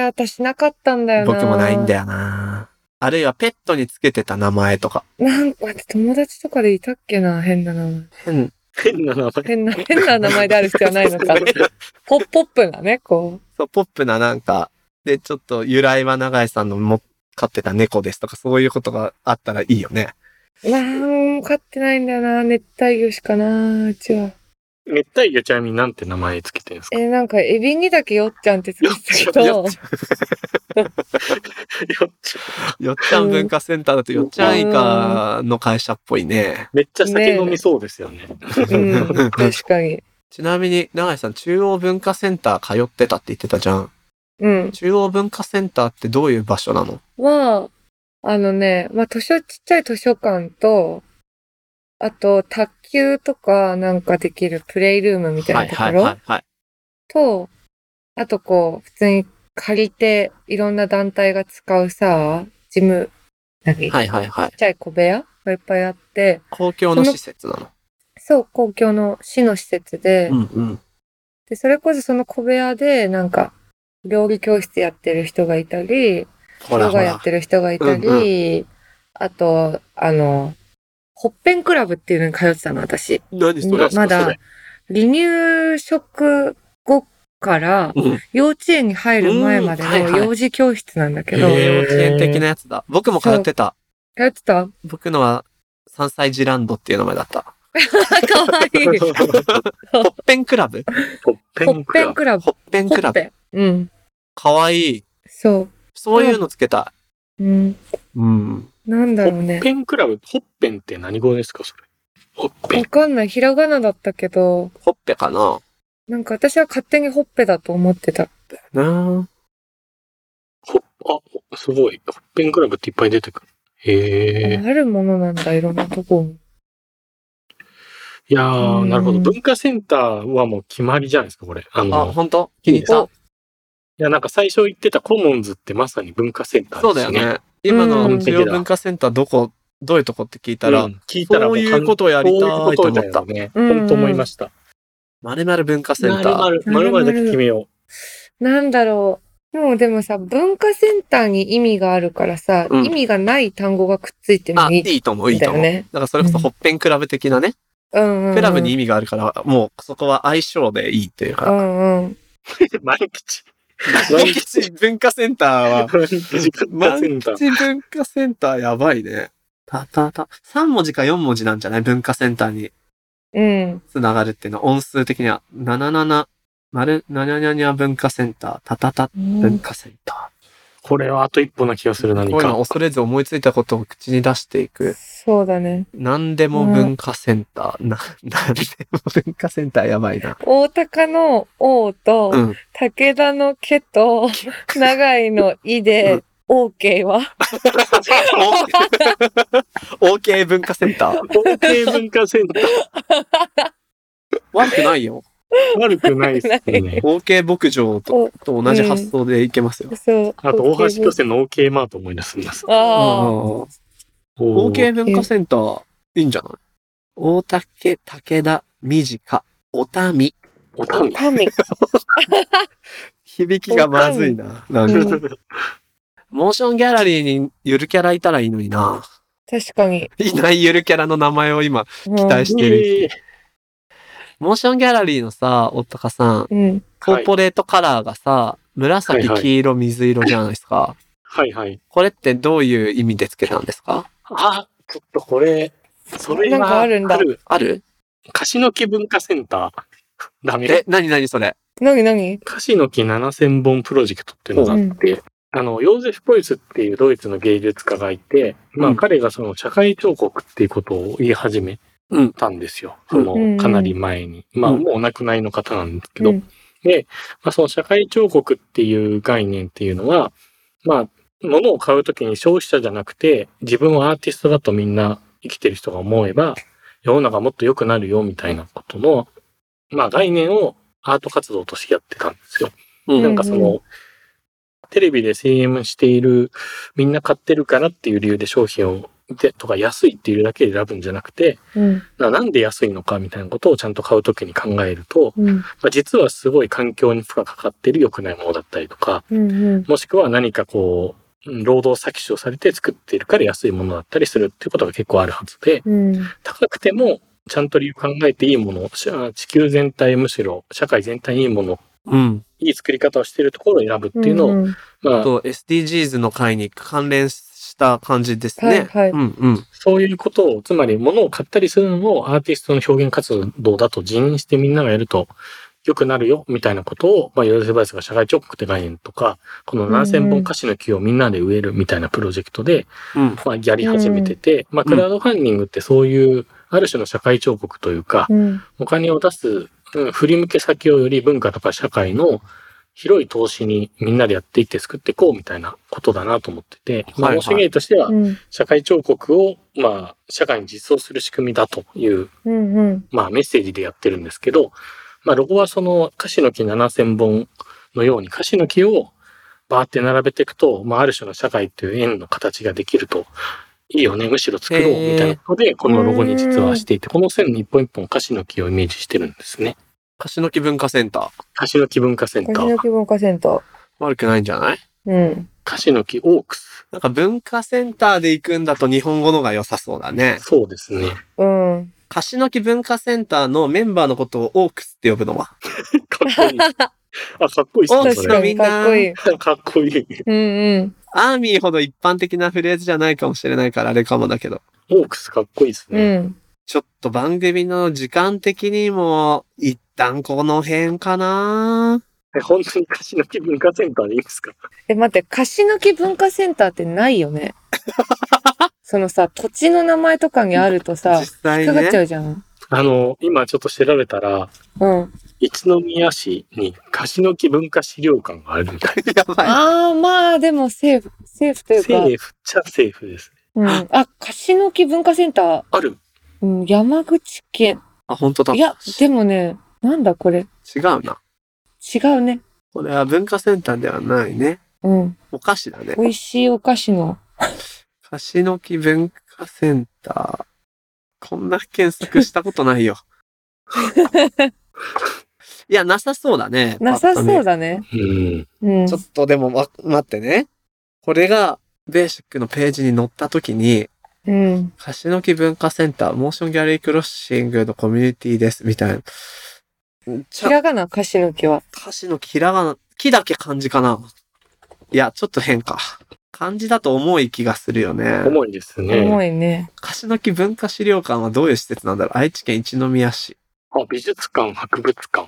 S2: え、私なかったんだよな。
S1: 僕もないんだよな。あるいはペットにつけてた名前とか。
S2: なんか、待って友達とかでいたっけな、変な名前。
S1: 変。
S3: 変な名前。
S2: 変な、変な名前である必要はないの か。ポッポップなね、こ
S1: そう、ポップななんか、で、ちょっと由来は長井さんのも飼ってた猫ですとか、そういうことがあったらいいよね。
S2: う。なんも飼ってないんだよな、熱帯魚しかな、うちは。
S3: 熱帯魚ちなみになんて名前つけてるんですか
S2: え、なんか、エビにだけよっちゃんってつけてた け
S1: よっ、
S2: ど
S3: よっちゃ
S1: よっちゃん文化センターだとよっちゃん以下の会社っぽいね。
S3: めっちゃ酒飲みそうですよね。
S2: うん、確かに。
S1: ちなみに、長井さん、中央文化センター通ってたって言ってたじゃん。
S2: うん。
S1: 中央文化センターってどういう場所なの
S2: は、あのね、まあ、図書、ちっちゃい図書館と、あと、卓球とかなんかできるプレイルームみた
S1: はい
S2: ないと
S1: は
S2: ころ、
S1: いはいはい。
S2: と、あとこう、普通に借りて、いろんな団体が使うさ、ジム、何、
S1: はいはいはい
S2: ちっ。ちゃい小部屋がいっぱいあって、
S1: 公共の施設なの。
S2: そう、公共の市の施設で、
S1: うんうん。
S2: で、それこそその小部屋で、なんか、料理教室やってる人がいたり、
S1: ほら
S2: ヨ
S1: ほ
S2: ガや
S1: ら
S2: っ。てる人がいたり、
S1: うん
S2: あと、あの、ホッペンクラブっていうのに通ってたの、私。
S1: 何そ
S2: ま
S1: れ
S2: ま
S3: そ
S2: だ
S3: れ、
S2: 離乳食後から
S1: うん
S2: 幼稚園に入る前まで
S1: うんはい
S2: の
S1: はい
S2: 幼児教室なんだけど、
S3: へー
S1: 幼稚園的なやつだ。僕も通ってた。
S2: 通って たか
S1: 僕のは山歳児ランドっていう名前だった。
S2: わいい。 ホ
S1: ほっぺんクラブ
S3: ほっぺん
S2: ッ
S3: ク
S2: ペ
S3: ラ
S2: ン
S3: ブ。
S2: クラブ。
S1: ほっぺん
S2: ホ
S1: クラブ。
S2: ッペン。うん。
S1: かわいい。
S2: そ
S1: そういうのつけた
S2: う。うん。
S1: い。うん。
S2: なんだ
S3: ほ
S2: ろう
S3: っ
S2: ね。
S3: ぺんクラブ。ほっぺんって何語ですか、それ。ほっぺ
S2: わ
S3: ん。
S2: かんない。ひらがなだったけど、
S1: ほっぺかな
S2: なんか私は勝手にほっぺだと思ってた。
S1: な
S3: ほっ、あ、すごい。ほっぺんクラブっていっぱい出てくる。へえ。
S2: あるものなんだ、いろんなとこに。
S3: いやー、
S2: うん
S3: なるほど。文化センターはもう決まりじゃないですか、これ。あ
S1: あ、
S3: の、
S1: ほんと気に入った。
S3: いや、なんか最初言ってたコモンズってまさに文化センターです
S1: そうだよ。ね。今の中央文化センターどこ、どういうとこって聞いた
S3: う
S1: ら、
S3: ん聞いたらも
S1: そう
S3: 完
S1: いうことをやりたい
S3: そういう
S1: と
S3: こ
S1: 思
S3: とだ
S1: った
S3: よ。ね。
S2: うん
S3: 本当思いました。
S1: まるまる文化セン
S3: ま
S1: タ
S3: るま
S1: ー。
S3: る、まるまるだけ決めよ
S2: なんだろう。もうでもさ、文化センターに意味があるからさ、
S1: うん
S2: 意味がない単語がくっついても
S1: あ、
S2: い
S1: い
S2: い
S1: いと思う、い
S2: ん
S1: い
S2: だ
S1: と
S2: よ
S1: 思う。だ
S2: ね。
S1: からそれこそ
S2: うん
S1: ほっぺんクラブ的なね。
S2: うんうんうん。
S1: クラブに意味があるから、もうそこは相性でいいっていう
S2: う
S1: か。
S2: んうん。
S3: う。満吉。
S1: 万吉文化センターは、
S3: 満吉文化センター。
S1: 一文化センターやばいね。たたた。3文字か4文字なんじゃない文化センターに
S2: うん。
S1: つながるっていうのは音数的には、77、丸、なにゃにゃにゃ文化センター、たたた
S2: う
S1: 文
S2: ん
S1: 化センタ
S3: これはあと一歩な気がする、
S1: ー。
S3: 何
S1: こういうの
S3: か。
S1: 恐れず思いついたことを口に出していく。
S2: そうだね。
S1: 何でも文化センター。な、何でも文化センターやばいな。
S2: 大高の王と、
S1: うん。
S2: 武田の 家と、長井の井で、OK は
S1: OK 文化センター。
S3: 統計文化センター。
S1: 悪くないよ。
S3: 悪くないっすね。
S1: OK 牧場とと同じ発想でいけますよ。
S2: そう。
S3: あと、大
S2: OK
S3: 橋巨泉の OK マート思い出すんです。
S2: ああ。
S1: うん OK 文化センター、いいんじゃない大竹、武田、短、おたみ。
S3: おたみ。
S2: 民。
S1: 響きがまずいな。なん
S2: う
S1: か、
S2: ん
S1: モーションギャラリーにゆるキャラいたらいいのにな。
S2: 確かに。
S1: いないゆるキャラの名前を今、期
S2: 期
S1: 待し
S3: え
S1: てる。モーションギャラリーのさ、おったかさん、
S2: うん。
S1: コーポレートカラーがさ、紫、
S3: はいはい
S1: 黄色、水色じゃないですか。
S3: はいはい。
S1: これってどういう意味でつけたんですか
S3: あ、ちょっとこれ、それは
S2: なんかあるんだ
S3: る
S1: ある
S3: 樫の木文化センター。ダメ。
S1: え、なになにそれ
S2: なになに
S3: 樫の木7000本プロジェクトっていうのがあって、あの、ヨーゼフ・ポイスっていうドイツの芸術家がいて、ま
S1: う
S3: あ
S1: ん
S3: 彼がその社会彫刻っていうことを言い始め
S1: うん。
S3: たんですよ。
S1: うん
S3: そ
S2: うん
S3: の、かなり前に。まあ
S1: うん
S3: もうお亡くなりの方なんですけど、
S2: う
S3: ま
S2: ん
S3: あその社会彫刻っていう概念っていうのは、まあ、物を買うときに消費者じゃなくて、自分はアーティストだとみんな生きてる人が思えば、世の中もっと良くなるよみたいなことの、まあ概念をアート活動としてやってたんですよ。
S1: う
S3: なん
S1: ん。
S3: か
S2: う
S3: そ
S2: んう
S3: の、テレビで CM している、みんな買ってるからっていう理由で商品を、でとか安いっていうだけで選ぶんじゃなくて、
S2: うん。
S3: ななんで安いのかみたいなことをちゃんと買うときに考えると、
S2: うん。
S3: まあ実はすごい環境に負荷かかってる良くないものだったりとか、
S2: うん。うん。
S3: もしくは何かこう、うん労働搾取をされて作っているから安いものだったりするっていうことが結構あるはずで、
S2: うん。
S3: 高くてもちゃんと理由考えていいもの、しあ地球全体むしろ社会全体にいいもの、
S1: うん。
S3: いい作り方をしているところを選ぶっていうのを、
S2: ん
S3: まあ、
S1: と、SDGs の会に関連した感じですね。
S2: はいはい
S1: うんうん。
S3: そういうことを、つまり物を買ったりするのもアーティストの表現活動だと辞任してみんながやると良くなるよ、みたいなことを、まあ、ヨーゼフ・バイスが社会彫刻って概念とか、この何千本歌詞の木をみんなで植えるみたいなプロジェクトで、
S1: うん。
S3: まあ、やり始めてて、まあ、クラウドファンディングってそういう、ある種の社会彫刻というか、
S2: うん。
S3: お金を出す、うん振り向け先をより文化とか社会の広い投資にみんなでやっていって作っていこうみたいなことだなと思ってて、
S1: はい
S3: まあ、
S1: はい
S3: 面白いとしては
S2: う、ん。
S3: 社会彫刻を、まあ、社会に実装する仕組みだという、
S2: うん。うん。
S3: まあ、メッセージでやってるんですけど、まあ、ロゴはその、カシの木7000本のように、カシの木をバーって並べていくと、まあ、ある種の社会という円の形ができると、いいよね、むしろ作ろ
S1: へ
S3: う、
S1: ー
S3: みたいなことで、このロゴに実はしていて、この線に一本一本カシの木をイメージしてるんですね。
S1: 樫の木文化センター。
S3: カシの木文化センタ
S2: カシ
S3: ー
S2: ノ、キ文化センター。
S1: 悪くないんじゃない
S2: うん。
S3: カシの木オークス。
S1: なんか文化センターで行くんだと日本語のが良さそうだね。
S3: そうですね。
S2: うん。
S1: 樫の木文化センターのメンバーのことをオークスって呼ぶのは。
S3: かっこ いい。あ、かっこいいっすね、
S1: 確
S3: そ
S2: 確
S1: か
S2: か
S3: れ。
S1: に
S2: に
S1: か
S2: か
S1: っ
S2: っ
S1: こ
S2: こ
S1: いい
S2: いい。
S3: かっこいい。
S2: うん
S1: アーミーほど一般的なフレーズじゃないかもしれないからあれかもだけど。
S3: オークスかっこいいっす
S2: うん。
S3: ね。
S2: うん。
S1: ちょっと番組の時間的にも、一旦この辺かな
S3: え、本当に歌詞の気分化センターでいいんですか
S2: え、待って、貸し抜き文化センターってないよね。そのさ、土地の名前とかにあるとさ
S1: 実、際
S2: 引っかかっちゃ
S1: ね。
S2: うじゃん。
S3: あの、今ちょっと調べたら、
S2: うん。
S3: 一宮市に歌詞の気分化資料館があるみたい。
S1: やばい。
S2: ああ、まあ、でもセーフ、セーフという
S3: セ
S2: か。
S3: ーフっちゃセーフですね。
S2: うん。あ、貸し抜き文化センター。
S3: ある
S2: うん、山口県。
S1: あ、本当だ。
S2: いや、でもね、なんだこれ。
S1: 違うな。
S2: 違うね。
S1: これは文化センターではないね。
S2: うん。
S1: お菓子だね
S2: 美。味しいお菓子の。
S1: 菓子の木文化センター。こんな検索したことない よ。いや、なさそうだね。
S2: なさ
S1: パッ
S2: そう
S1: とね
S2: だね。
S3: うん。
S2: うん
S1: ちょ。っとでも、わ待ってね。これが、ベーシックのページに載った時に、
S2: うん。
S1: カシノキ文化センター、モーションギャラリークロッシングのコミュニティです、みたいな。ち
S2: ひ
S1: ゃ、
S2: らがな、菓子の木は。
S1: カシノキひらがな、木だけ漢字かないや、ちょっと変か。漢字だと重い気がするよね。
S3: 重いですね。
S2: 重いね。
S1: カシノキ文化資料館はどういう施設なんだろう愛知県一宮市。
S3: あ、美術館、博物館。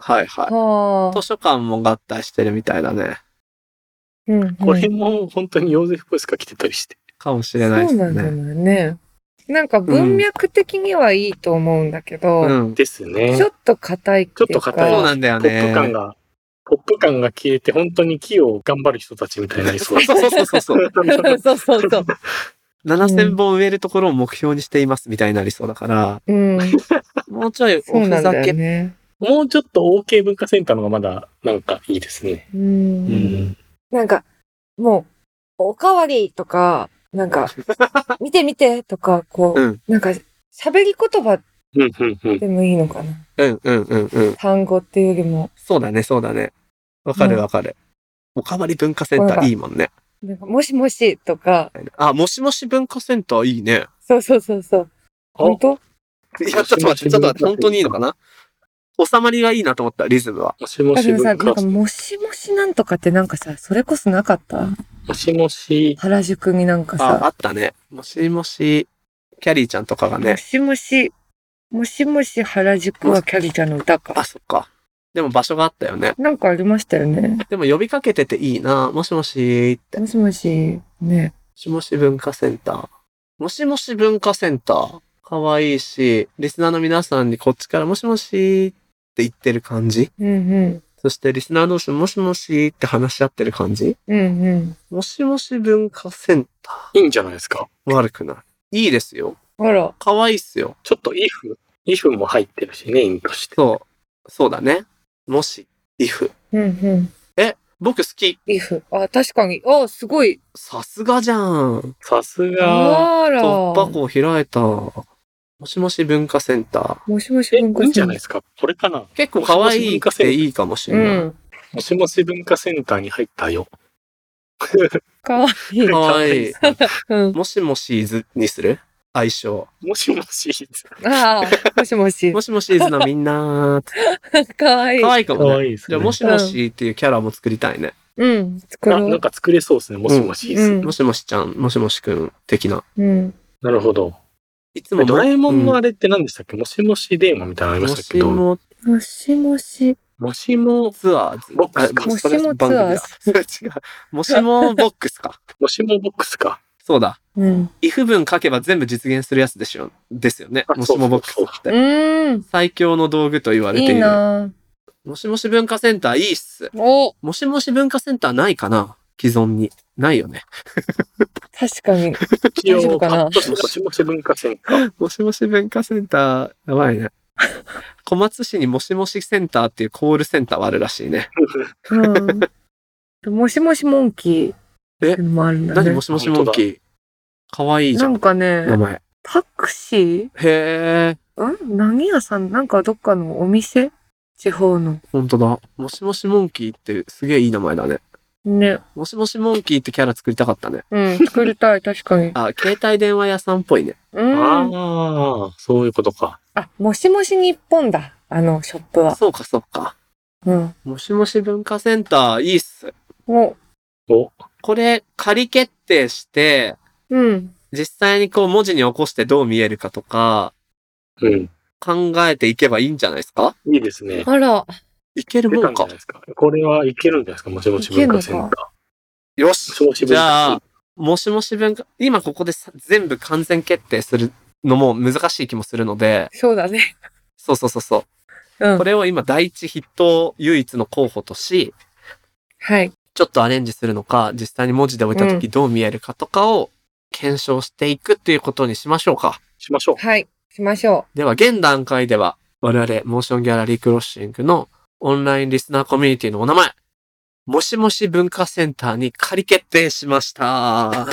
S1: はいは。
S2: はいあ
S1: 図。書館も合体してるみたいだね。
S2: うんうん。
S3: これも本当にヨーゼフ・ポイスが来てたりして。
S1: かもしれないで
S2: そ
S1: す
S2: うなんだよ
S1: ね。
S2: ね。なんか文脈的にはいいと思うんだけど、
S1: ん。
S3: ですね。
S2: ちょっと硬いっていうか。
S3: ちょっと硬い
S1: そうなんだよ
S3: ポップ感
S1: ね。
S3: が、ポップ感が消えて、本当に木を頑張る人たちみたいになりそうです。
S1: そうそうそう そう。
S2: そうそうそう。
S1: 7000本植えるところを目標にしていますみたいになりそうだから、
S2: うん。
S1: もうちょい
S2: そ
S1: お
S2: うな
S1: ふ
S2: んだ
S1: ざけ
S2: よね。
S3: もうちょっと OK 文化センターの方がまだ、なんかいいですね。
S2: う。
S3: うんん。
S2: なんか、もう、おかわりとか、な んか、見て見てとか、こう、
S1: うん
S2: なんか、喋り言葉
S3: うん、うん、うん。
S2: でもいいのかな。
S1: うんうんうんうん。
S2: 単語っていうよりも。
S1: そうだね、そうだね。わかる
S2: うん
S1: わかる。おかわり文化セン
S2: こ
S1: タ
S2: れ
S1: ー
S2: が
S1: いいもんね。
S2: なんかもしもしとか、
S1: あ、もしもし文化センターいいね。
S2: そうそうそうそう。
S3: あ
S2: 本当
S1: いや、ちょっと待って、ちょっと待って、本当にいいのかな収まりがいいなと思った、リズムは。
S3: もしも
S2: あ、で
S3: し
S2: もさ、
S3: 文
S2: な
S3: 化
S2: んか、もしもしなんとかってなんかさ、それこそなかった
S3: もしもし、
S2: 原宿になんか
S1: あ、あ
S2: さ、
S1: ったね。もしもし、キャリーちゃんとかが
S2: も
S1: ね。
S2: しもし、もしもし原宿はキャリちゃんの歌か
S1: あ、。そっか。でも場所があったよね。
S2: なんかありましたよね。
S1: でも呼びかけてていいな。もしもしって。も
S2: もしもし、ね。
S1: しもし文化センター。もしもし文化センター。かわいいし、リスナーの皆さんにこっちからもしもしって言ってる感じ。
S2: うんうん。
S1: そしてリスナー同士ももしもしって話し合ってる感じ。
S2: うんうん。
S1: もしもし文化センタ
S3: いいんじゃないですか
S1: ー。悪くない。いいですよ。
S2: あら、
S1: かわいいっすよ。
S3: ちょっと if、if も入ってるしね、in として。
S1: そう。そうだね。もし、if。
S2: うんうん。
S1: 僕好き。
S2: イフ。あ、確かに。あ、すごい。
S1: さすがじゃん。
S3: さすが、
S2: あら。
S1: 突破口開いた。もしもし文化センター。
S2: もしもし
S3: え、いい
S2: 文化センター
S3: んじゃないですかこれかな
S1: 結構可愛いっていいかもしれない。
S2: うん。
S3: もしもし文化センターに入ったよ。
S2: かわい い。
S1: 可愛い
S2: うん。
S1: もしもしーずにする相性。
S3: もしもし、
S2: ああ、もしもし。
S1: もしもしーずのみんなーって。
S2: かわいい。
S1: 可愛いか
S3: か
S1: も
S3: わ
S1: ね。
S3: いいです
S1: じゃ
S3: ね。
S1: あ、もしもしーっていうキャラも作りたいね。
S2: うん。作
S3: な
S2: ろ
S3: なん
S2: う。
S3: か作れそうですね、もしもし。
S2: うん
S1: もしもしちゃん、もしもしくん的な。
S2: うん。
S3: なるほど。
S1: いつも
S3: ドラえもんの
S1: あ
S3: あれって何でしたっけ、もしもし電話みたいなのありま
S1: も
S3: した
S1: し
S3: けど、
S1: も
S2: もしもし。
S3: もしも、
S1: ツアーズ。
S3: ボックスか
S1: あそれ
S2: もしも
S1: 番組だ 違う。もしもボックスか。
S3: もしもボックスか。
S1: そう だ。
S2: うん。
S1: if 文書けば全部実現するやつでしょ。ですよね。
S3: あ
S1: もしもボックス
S3: そう
S1: っ
S2: う
S1: て。
S2: ーん。
S1: 最強の道具と言われ
S2: い
S1: てい
S2: い
S1: る。
S2: な
S1: もしもし文化センターいいっす。
S2: ぁお
S1: もしもし文化センターないかな既存に。ないよね。
S2: 確かに。
S3: 一
S2: 大丈
S3: 応、
S2: 夫かな
S3: パッとしもしもし文化センター。
S1: もしもし文化センター、やばい ね。小松市にもしもしセンターっていうコールセンターはあるらしいね。
S2: うん。もしもしモンキー。
S1: え
S2: もあるんだ
S1: 何
S2: ね
S1: も。しもしモンキー。かわいいじ
S2: な
S1: ゃん。
S2: んか
S1: 名
S2: ね、
S1: 前。
S2: タクシ
S1: へー。
S2: ーん何屋さんなんかどっかのお店地方の。
S1: ほんとだ。もしもしモンキーってすげえいい名前だね。
S2: ね。
S1: もしもしモンキーってキャラ作りたかったね。
S2: うん。作りたい、確かに。
S1: あ、携帯電話屋さんっぽいね。
S2: うん。
S3: ああ、そういうことか。
S2: あ、もしもし日本だ。あの、ショップは。
S1: そうかそうか。
S2: うん。
S1: もしもし文化センターいいっす。
S2: お、
S3: お、
S1: これ仮決定して、
S2: うん。
S1: 実際にこう文字に起こしてどう見えるかとか
S3: うん。
S1: 考えていけばいいんじゃないですか
S3: いいですね。
S2: あら、
S1: いける
S3: 出
S1: も
S3: た
S1: ん
S3: んじゃ
S1: か
S3: ない。ですか。これはいけるんじゃないですか、もしもし文化セン
S2: いけ
S3: タ
S2: る
S3: ー
S2: の。
S1: よ
S3: も
S1: し
S3: しもし
S1: じ
S3: 文
S1: ゃ
S3: 化セン
S1: あ、もしもし文化、今ここでさ全部完全決定するのも難しい気もするので、
S2: そうだね。
S1: そうそうそうそうう。
S2: ん
S1: こ。れを今第一筆頭唯一の候補とし、
S2: はい。
S1: ちょっとアレンジするのか、実際に文字で置いた時どう見えるかとかを検証していくっていうことにしましょうか。
S3: ーしましょう。
S2: はい。しましょ
S1: では、現段階では、我々、モーションギャラリークロッシングのオンラインリスナーコミュニティのお名前、もしもし文化センターに仮決定しました。
S2: う。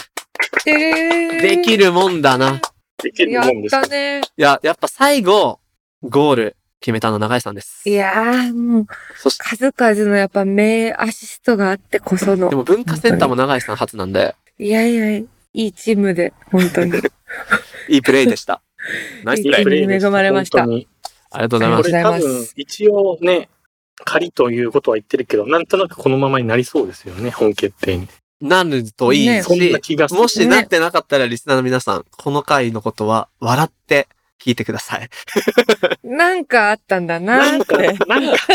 S2: てれー
S1: できるもんだな。い
S3: できる
S2: や
S3: も
S2: っ
S3: んです
S2: た
S3: か。
S2: ね。
S1: や、やっぱ最後、ゴール決めたの永井さんです。
S2: いやー、もう、
S1: そし
S2: 数々のやっぱ名アシストがあってこその
S1: で。も文化センターも永井さん初なんで、
S2: いやいや、いいチームで、本当に。
S1: いいプレイでした。ナイスプレ
S2: い
S1: イ
S2: い。プレーでした
S3: いいプレーで
S2: 恵まれました
S3: 本当に
S1: ありがとうござい
S2: ありがとうござい
S1: ま
S3: こ
S1: す
S2: す。
S3: れ多分、一応ね、仮ということは言ってるけど、なんとなくこのままになりそうですよね、本決定に。
S1: なるといい
S2: ね
S1: し、
S3: そんな気がする。
S1: もしなってなかったらリスナーの皆さん、この回のことは笑って聞いてください。
S2: なんかあったんだ
S3: な
S2: なー
S3: ん
S2: っ
S3: か、
S2: て。
S3: なんか、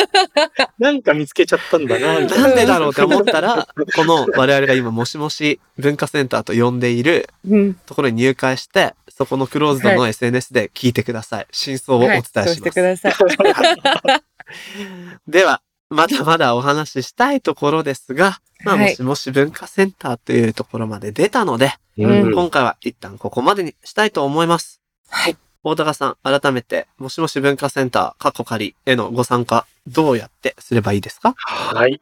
S3: なんか見つけちゃったんだな、みたい
S1: なんでだろうって思ったら、この我々が今、もしもし文化センターと呼んでいる
S2: うん。
S1: ところに入会して、そこのクローズドの
S2: は
S1: SNS で聞いてください。真相をお
S2: は
S1: 伝え
S2: いそう
S1: し
S2: し
S1: ま
S2: て
S1: す。
S2: ください。
S1: では、まだまだお話ししたいところですが、まあ、
S2: は
S1: も
S2: い
S1: しもし文化センターというところまで出たので、
S2: うん
S1: 今回は一旦ここまでにしたいと思います。
S2: はい。
S1: 大高さん、改めて、もしもし文化センター、過去仮へのご参加、どうやってすればいいですか
S3: はい。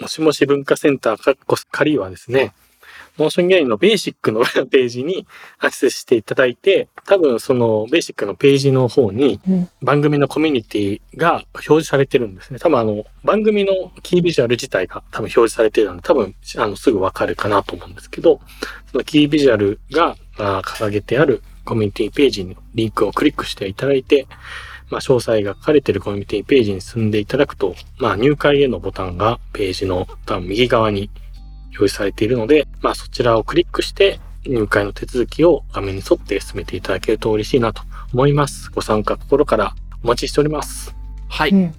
S3: もしもし文化センター、かっこ仮はですね、モーションギャラリーのベーシックのページにアクセスしていただいて、多分そのベーシックのページの方に
S2: うん
S3: 番組のコミュニティが表示されてるんですね。多分あの番組のキービジュアル自体が多分表示されてるので、多分あのすぐわかるかなと思うんですけど、そのキービジュアルがあー掲げてあるコミュニティページにリンクをクリックしていただいて、まあ、詳細が書かれているコミュニティページに進んでいただくと、まあ、入会へのボタンがページの多分右側に表示されているので、まあ、そちらをクリックして入会の手続きを画面に沿って進めていただけると嬉しいなと思います。ご参加心からお待ちしております。
S1: はい。
S2: うん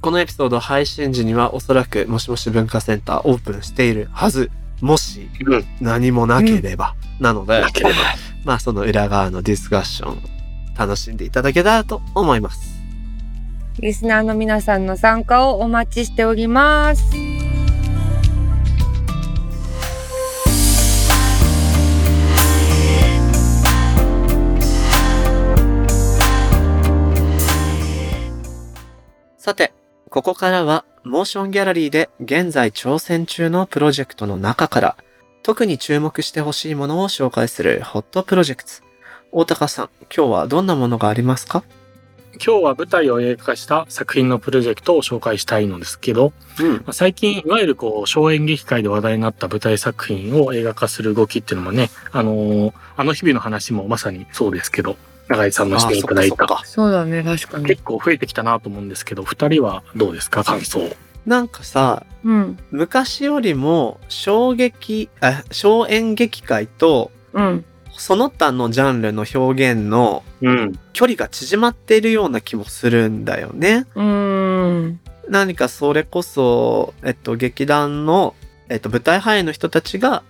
S1: このエピソード配信時にはおそらくもしもし文化センターオープンしているはず。もし
S3: うん。
S1: 何もなければ。なので
S3: な、ければ。
S1: まあその裏側のディスカッション楽しんでいただけたらと思います。
S2: リスナーの皆さんの参加をお待ちしております。
S1: さて、ここからは、モーションギャラリーで現在挑戦中のプロジェクトの中から、特に注目してほしいものを紹介するホットプロジェクト。大高さん、今日はどんなものがありますか
S3: 今日は舞台を映画化した作品のプロジェクトを紹介したいのですけど、
S1: うん。
S3: まあ最近、いわゆるこう、小演劇界で話題になった舞台作品を映画化する動きっていうのもね、あのーあの日々の話もまさにそうですけど、永井さんもしていただい
S1: あそっかそ
S3: た。
S1: っか
S2: そうだね、確かに。
S3: 結構増えてきたなと思うんですけど、二人はどうですか感想。
S1: なんかさ、
S2: うん、
S1: 昔よりも、衝撃、あ、小演劇界と、
S2: うん、
S1: その他のジャンルの表現の
S3: うん。
S1: 距離が縮まっているような気もするんだよね。
S2: うーん、
S1: 何かそれこそ、えっと、劇団の、えっと、舞台俳優の人たちが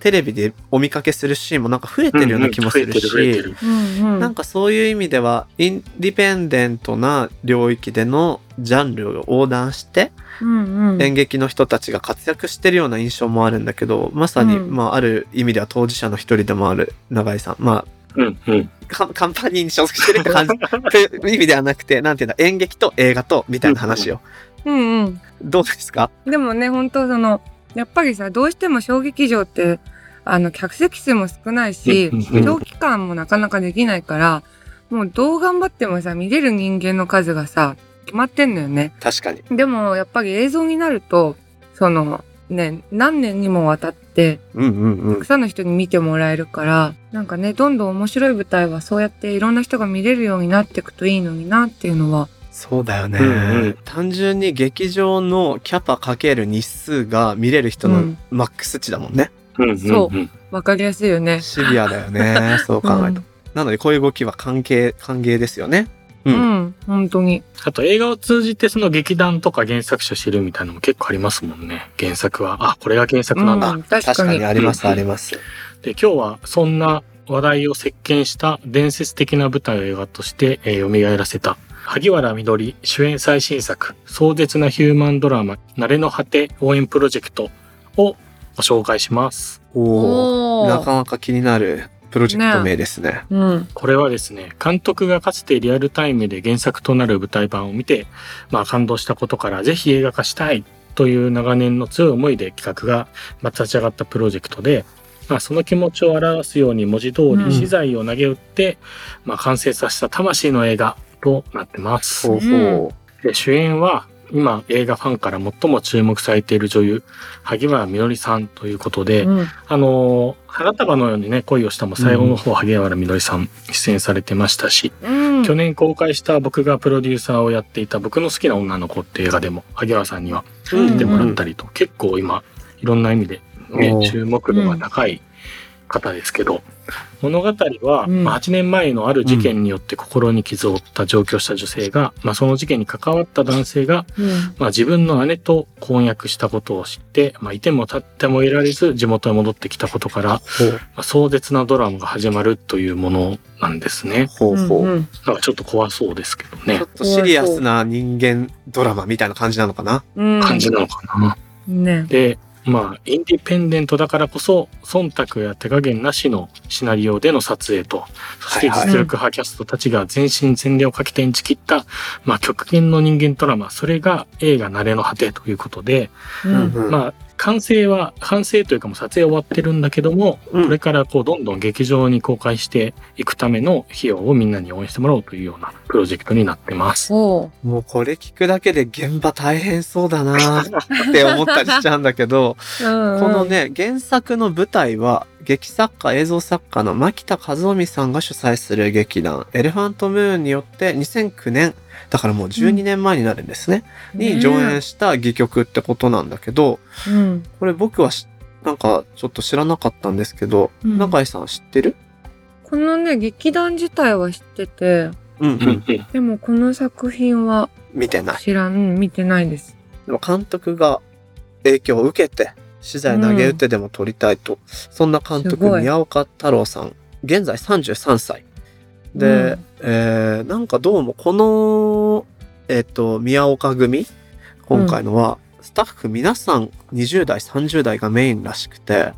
S1: テレビでお見かけするシーンもなんか増えてるような気もするし、
S3: 増えてる、増えてる。
S2: うん、うん。
S1: なんかそういう意味ではインディペンデントな領域でのジャンルを横断して
S2: うん、うん、
S1: 演劇の人たちが活躍してるような印象もあるんだけどまさに、
S2: うん
S1: まあ、ある意味では当事者の一人でもある永井さんま
S3: うん、うん。
S1: あカンカンパニーに所属してるって感じという意味ではなくてなんていうんだ演劇と映画とみたいな話を、
S2: うん、うん。
S1: どうですか
S2: でもね本当そのやっぱりさどうしても小劇場ってあの客席数も少ないし
S3: うんうんうん
S2: 長期間もなかなかできないからもうどう頑張ってもさ見れる人間の数がさ決まってんのよね。
S1: 確かに。
S2: でもやっぱり映像になるとそのね何年にもわたって
S1: うんうんうん
S2: たく。さんの人に見てもらえるからなんかねどんどん面白い舞台はそうやっていろんな人が見れるようになっていくといいのになっていうのは
S1: そうだよね、
S3: うんうん
S1: 単純に劇場のキャパかける日数が見れる人
S2: う
S1: の
S2: ん
S1: マックス値だもんね。
S3: うん、うん。
S2: そ
S3: うん。
S2: わかりやすいよね。
S1: シビアだよね。そう考えると。なのでこういう動きは関係、歓迎ですよね。う
S2: うんん、うん、本当に。
S3: あと映画を通じてその劇団とか原作者知るみたいなのも結構ありますもんね。原作は。あ、これが原作なんだ。
S2: うん、確
S1: 確
S2: か
S1: か
S2: に
S1: に。あります、
S3: うん
S1: あります。
S3: で今日はそんな話題を席巻した伝説的な舞台を映画として、えー、蘇らせた萩原みどり主演最新作「壮絶なヒューマンドラマ慣れの果て応援プロジェクト」をご紹介します。
S1: お
S2: お
S1: お。
S2: ー
S1: なかなか気になるプロジェクト名ですね。
S2: うん。
S3: これはですね、監督がかつてリアルタイムで原作となる舞台版を見て、まあ感動したことからぜひ映画化したいという長年の強い思いで企画がまあ立ち上がったプロジェクトで、まあその気持ちを表すように文字通
S2: うん
S3: り資材を投げ打って、まあ完成させた魂の映画となってます。
S1: ほうほ
S3: で主演は今映画ファンから最も注目されている女優、萩原みのりさんということで、
S2: うん
S3: あのー花束のようにね、恋をしたも最後の方、萩原みのりさん出演されてましたし、
S2: うん
S3: 去年公開した僕がプロデューサーをやっていた僕の好きな女の子って映画でも、萩原さんには
S1: う。
S2: うん
S3: 出てもらっ
S1: り。
S3: たりと、結構今、いろんな意味で、ね
S1: おー
S3: 注目度が高い方ですけど、物語は、
S2: うん
S3: まあ、8年前のある事件によって心に傷を負った上京した女性が、まあ、その事件に関わった男性が、
S2: うん
S3: まあ、自分の姉と婚約したことを知って、まあ、いても立ってもいられず地元へ戻ってきたことから、まあ壮絶なドラマが始まるというものなんですね。
S1: ほうほうほう。
S2: ん
S3: なんかちょっと怖そうですけど
S1: ち
S3: ね
S1: ょっ。とシリアスな人間ドラマみたいな感じなのかな。
S2: うん
S3: 感じなのかな。
S2: ね。
S3: で、まあ、インディペンデントだからこそ、忖度や手加減なしのシナリオでの撮影と、そして
S1: はいはい
S3: 実力派キャストたちが全身全霊をかけて演じ切った、まあ、極限の人間ドラマ、それが映画慣れの果てということで、
S2: うん
S1: うん
S3: まあ、完成は、完成というかもう撮影終わってるんだけども、
S1: うん
S3: これからこうどんどん劇場に公開していくための費用をみんなに応援してもらおうというようなプロジェクトになってます。
S2: おう
S1: もうこれ聞くだけで現場大変そうだなって思ったりしちゃうんだけど、
S2: うんうん
S1: このね、原作の舞台は、劇作家、映像作家の牧田和臣さんが主催する劇団、エレファントムーンによって2009年、だからもう12年前になるんですね、に上演した戯曲ってことなんだけど、
S2: うん
S1: これ僕はしなんかちょっと知らなかったんですけど、
S2: うん
S1: 中井さん知ってる
S2: このね劇団自体は知ってて
S1: うんう
S3: うんん。うん
S2: でもこの作品は
S1: 見てない。
S2: 知らん、うん見てないです
S1: でも監督が影響を受けて、資材投げ打ってでも撮りたいと。そんな監
S2: す
S1: 督、
S2: ごい
S1: 宮岡太郎さん。現在33歳。で、
S2: うん
S1: えーなんかどうもこの、えっ、と、宮岡組、今回のは、スタッフ皆さん20代、30代がメインらしくて、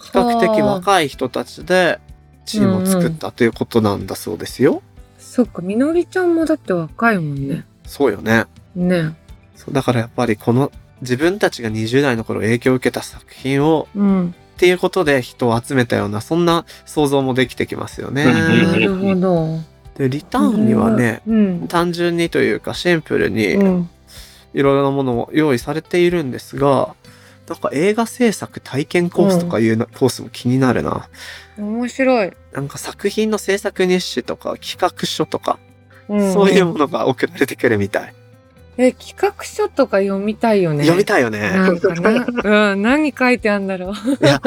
S1: 比較的若い人たちでチームを作ったということなんだそうですよ。
S2: そっかみのりちゃんもだって若いもんね
S1: そうよね。
S2: ね
S1: そうだからやっぱりこの自分たちが20代の頃影響を受けた作品を
S2: うん
S1: っていうことで人を集めたようなそんな想像もできてきますよね。
S3: うん
S2: なるほど
S1: でリターンにはね
S2: うん
S1: 単純にというかシンプルにいろ
S2: うん
S1: いろなものを用意されているんですがなんか映画制作体験コースとかいうなコースも気になるな。
S2: 面白い、
S1: なんか作品の制作日誌とか企画書とか
S2: うん
S1: そういうものが送られてくるみたい。
S2: え企画書とか読みたいよね
S1: 読みたいよね。
S2: なんか な、うん、何書いてあんだ
S1: い
S2: ろう。
S1: や、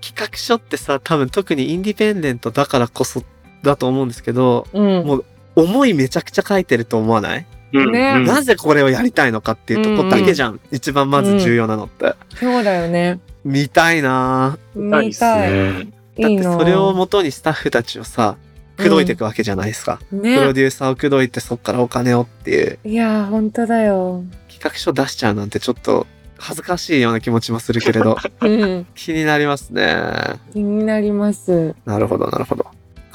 S1: 企画書ってさ、多分特にインディペンデントだからこそだと思うんですけど、
S2: うん。
S1: も思いめちゃくちゃ書いてると思わない、
S2: ね
S3: うん
S1: なぜこれをやりたいのかっていうとこだけじゃん。一番まず重要なのって。
S2: そうだよね。
S1: 見たいな
S3: ないっ
S2: 見
S3: す
S2: たい。
S3: ね。
S1: ぁだっ
S2: いい
S1: て
S2: な。
S1: それを元にスタッフたちをさ、口説いていくわけじゃないですか。プロデ
S2: ね。
S1: ューサーを口説いてそっからお金をっていう
S2: いやー、本当だよ。
S1: 企画書出しちゃうなんてちょっと恥ずかしいような気持ちもするけれど、
S2: うん。
S1: 気になりますね。
S2: 気になります。
S1: なるほど、なるほど。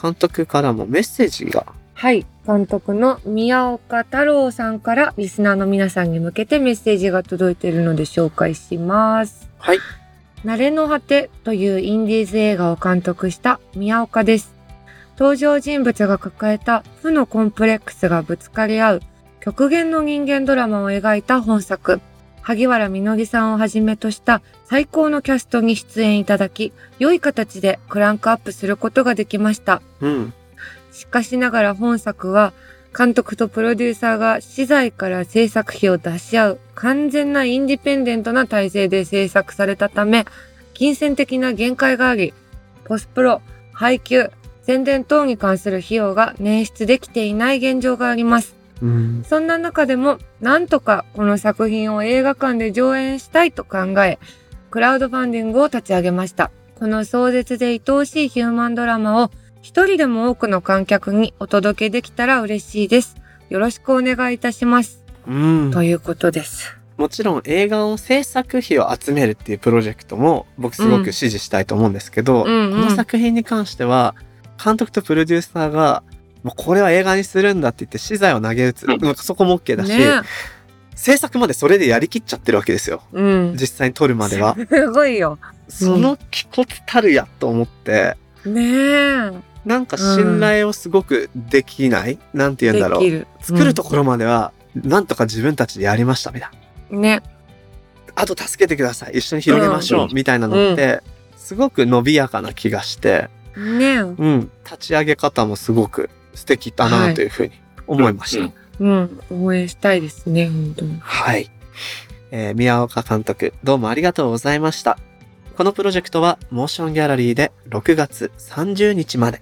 S1: 監督からもメッセージが
S2: はい。監督の宮岡太郎さんからリスナーの皆さんに向けてメッセージが届いているので紹介します。
S1: はい。
S2: 慣れの果てというインディーズ映画を監督した宮岡です。登場人物が抱えた負のコンプレックスがぶつかり合う極限の人間ドラマを描いた本作。萩原みのぎさんをはじめとした最高のキャストに出演いただき、良い形でクランクアップすることができました。
S1: うん。
S2: しかしながら本作は監督とプロデューサーが資材から制作費を出し合う完全なインディペンデントな体制で制作されたため、金銭的な限界があり、ポスプロ、配給、宣伝等に関する費用が捻出できていない現状があります。
S1: うん。
S2: そんな中でも、なんとかこの作品を映画館で上演したいと考え、クラウドファンディングを立ち上げました。この壮絶で愛おしいヒューマンドラマを一人でも多くの観客にお届けできたら嬉しいです。よろしくお願いいたします。
S1: うん
S2: ということです。
S1: もちろん映画を制作費を集めるっていうプロジェクトも僕すごく支持したいと思うんですけど、
S2: うんうん
S1: この作品に関しては監督とプロデューサーがもうこれは映画にするんだって言って資材を投げ打つ、
S3: うん
S1: なんかそこも OK だし、
S2: ね
S1: 制作までそれでやりきっちゃってるわけですよ
S2: うん。
S1: 実際に撮るまでは
S2: すごいよ。
S1: その気骨たるやと思って
S2: ねえ。
S1: なんか信頼をすごくできない、なんて言うん
S2: で
S1: だろ
S2: き
S1: う
S2: る。
S1: 作るところまではなんとか自分たちでやりましたみたいな
S2: うん。ね。
S1: あと助けてください一緒に広げましょう、
S3: う
S1: みたいなのって、すごく伸びやかな気がして、
S2: ねえ。
S1: うん、立ち上げ方もすごく素敵だ
S2: は
S1: ないというふうに思いました。
S3: うん
S2: うん。応援したいですね、本当に。
S1: はい、えー宮岡監督どうもありがとうございました。このプロジェクトはモーションギャラリーで6月30日まで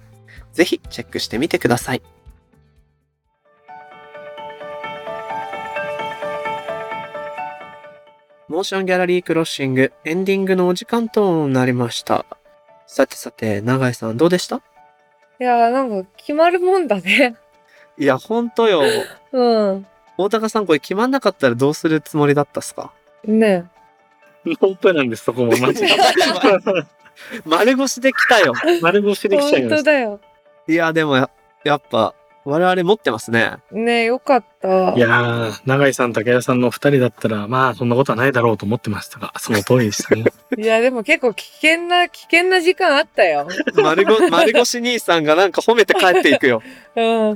S1: ぜひチェックしてみてください。モーションギャラリークロッシングエンディングのお時間となりました。さてさて、永井さんどうでした
S2: いやー、なんか決まるもんだね。
S1: いや、ほんとよ。
S2: うん。
S1: 大高さんこれ決まんなかったらどうするつもりだったっすか
S2: ね
S3: ノープなんです、そこも。マジで
S1: 丸腰で来たよ。
S3: 丸腰できちゃい
S2: 本
S3: ま
S2: 当
S3: した。
S2: だよ。
S1: いや、でもや、やっぱ、我々持ってますね。
S2: ねよかった。
S3: いやー、永井さん、武田さんの二人だったら、まあ、そんなことはないだろうと思ってましたが、その通りでしたね。
S2: いや、でも結構危険な、危険な時間あったよ。
S1: 丸ご、 丸腰兄さんがなんか褒めて帰っていくよ。
S2: うん。
S1: い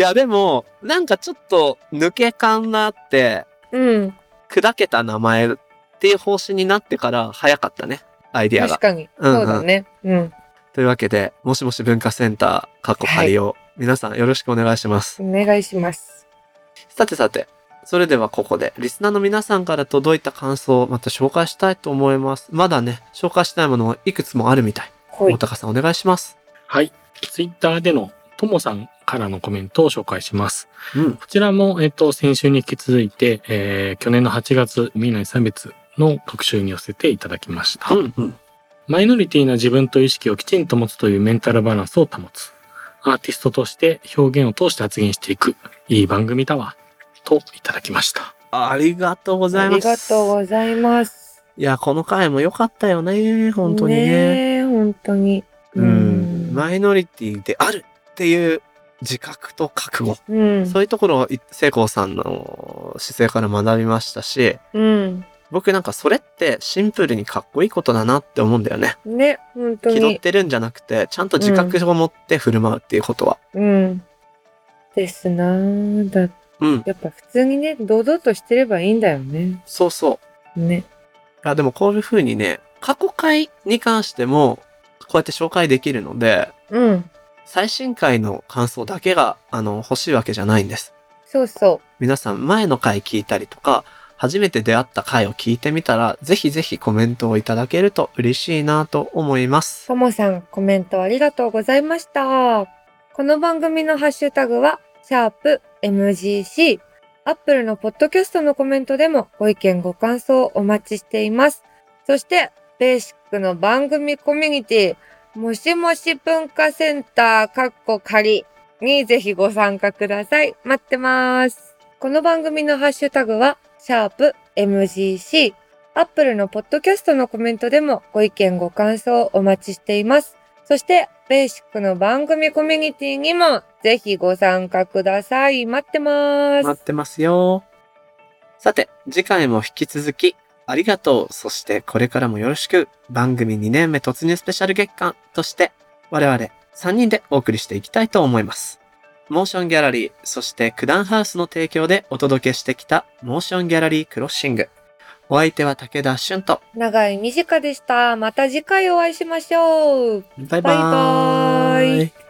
S1: や、でも、なんかちょっと抜け感があって、
S2: うん。
S1: 砕けた名前っていう方針になってから早かったね。アイディア
S2: 確
S1: が。
S2: かに。
S1: うんうん
S2: そうだね。うん。
S1: というわけで、もしもし文化センター、過去ハリオ、皆さんよろしくお願いします。
S2: お願いします。
S1: さてさて、それではここで、リスナーの皆さんから届いた感想をまた紹介したいと思います。まだね、紹介したいものはいくつもあるみたい。
S2: ほい
S1: 大。高さんお願いします。
S3: はい。ツイッターでのともさんからのコメントを紹介します。
S1: うん。
S3: こちらも、えっ、と、先週に引き続いて、えー去年の8月、未来差別の特集に寄せていただきました。
S1: うんうん。
S3: マイノリティな自分と意識をきちんと持つというメンタルバランスを保つ。アーティストとして表現を通して発言していく。いい番組だわ。といただきました。
S1: ありがとうござ
S2: あ
S1: い
S2: り
S1: ます。
S2: がとう
S1: う。
S2: ございます。
S1: いや、この回も良かったよね。本当にね
S2: ねえ本当に。
S1: うん。マイノリティであるっていう自覚と覚悟。
S2: うん。
S1: そういうところをい聖光さんの姿勢から学びましたし、
S2: うん。
S1: 僕なんかそれってシンプルにかっこいいことだなって思うんだよね。
S2: ね、本当
S1: 気取
S2: に
S1: っ。てるんじゃなくて、ちゃんと自覚を持って振る舞うっていうことは。
S2: うん。ですなーだ。
S1: うん、
S2: やっぱ普通にね、堂々としてればいいんだよね。
S1: そうそう。
S2: ね。
S1: あでもこういう風にね、過去回に関しても、こうやって紹介できるので、
S2: うん。
S1: 最新回の感想だけが、あの、欲しいわけじゃないんです。
S2: そうそ
S1: 皆さん前の回聞いたりとか、初めて出会った回を聞いてみたら、ぜひぜひコメントをいただけると嬉しいなと思いま
S2: う。
S1: す。
S2: ともさん、コメントありがとうございました。この番組のハッシュタグは、シャープ MGC。アップルのポッドキャストのコメントでもご意見ご感想をお待ちしています。そして、ベーシックの番組コミュニティ、もしもし文化センター、かっこ仮にぜひご参加ください。待ってます。この番組のハッシュタグは、シャープ MGC。アップルのポッドキャストのコメントでもご意見ご感想をお待ちしています。そして、ベーシックの番組コミュニティにもぜひご参加ください。待ってます。
S1: 待ってますよ。さて、次回も引き続き、ありがとう、そしてこれからもよろしく、番組2年目突入スペシャル月間として、我々3人でお送りしていきたいと思います。モーションギャラリー、そして九段ハウスの提供でお届けしてきた、モーションギャラリークロッシング。お相手は武田俊と、
S2: 長い短でした。また次回お会いしましょう。
S1: バイバ
S2: バイバ
S1: ーイ
S2: ーイ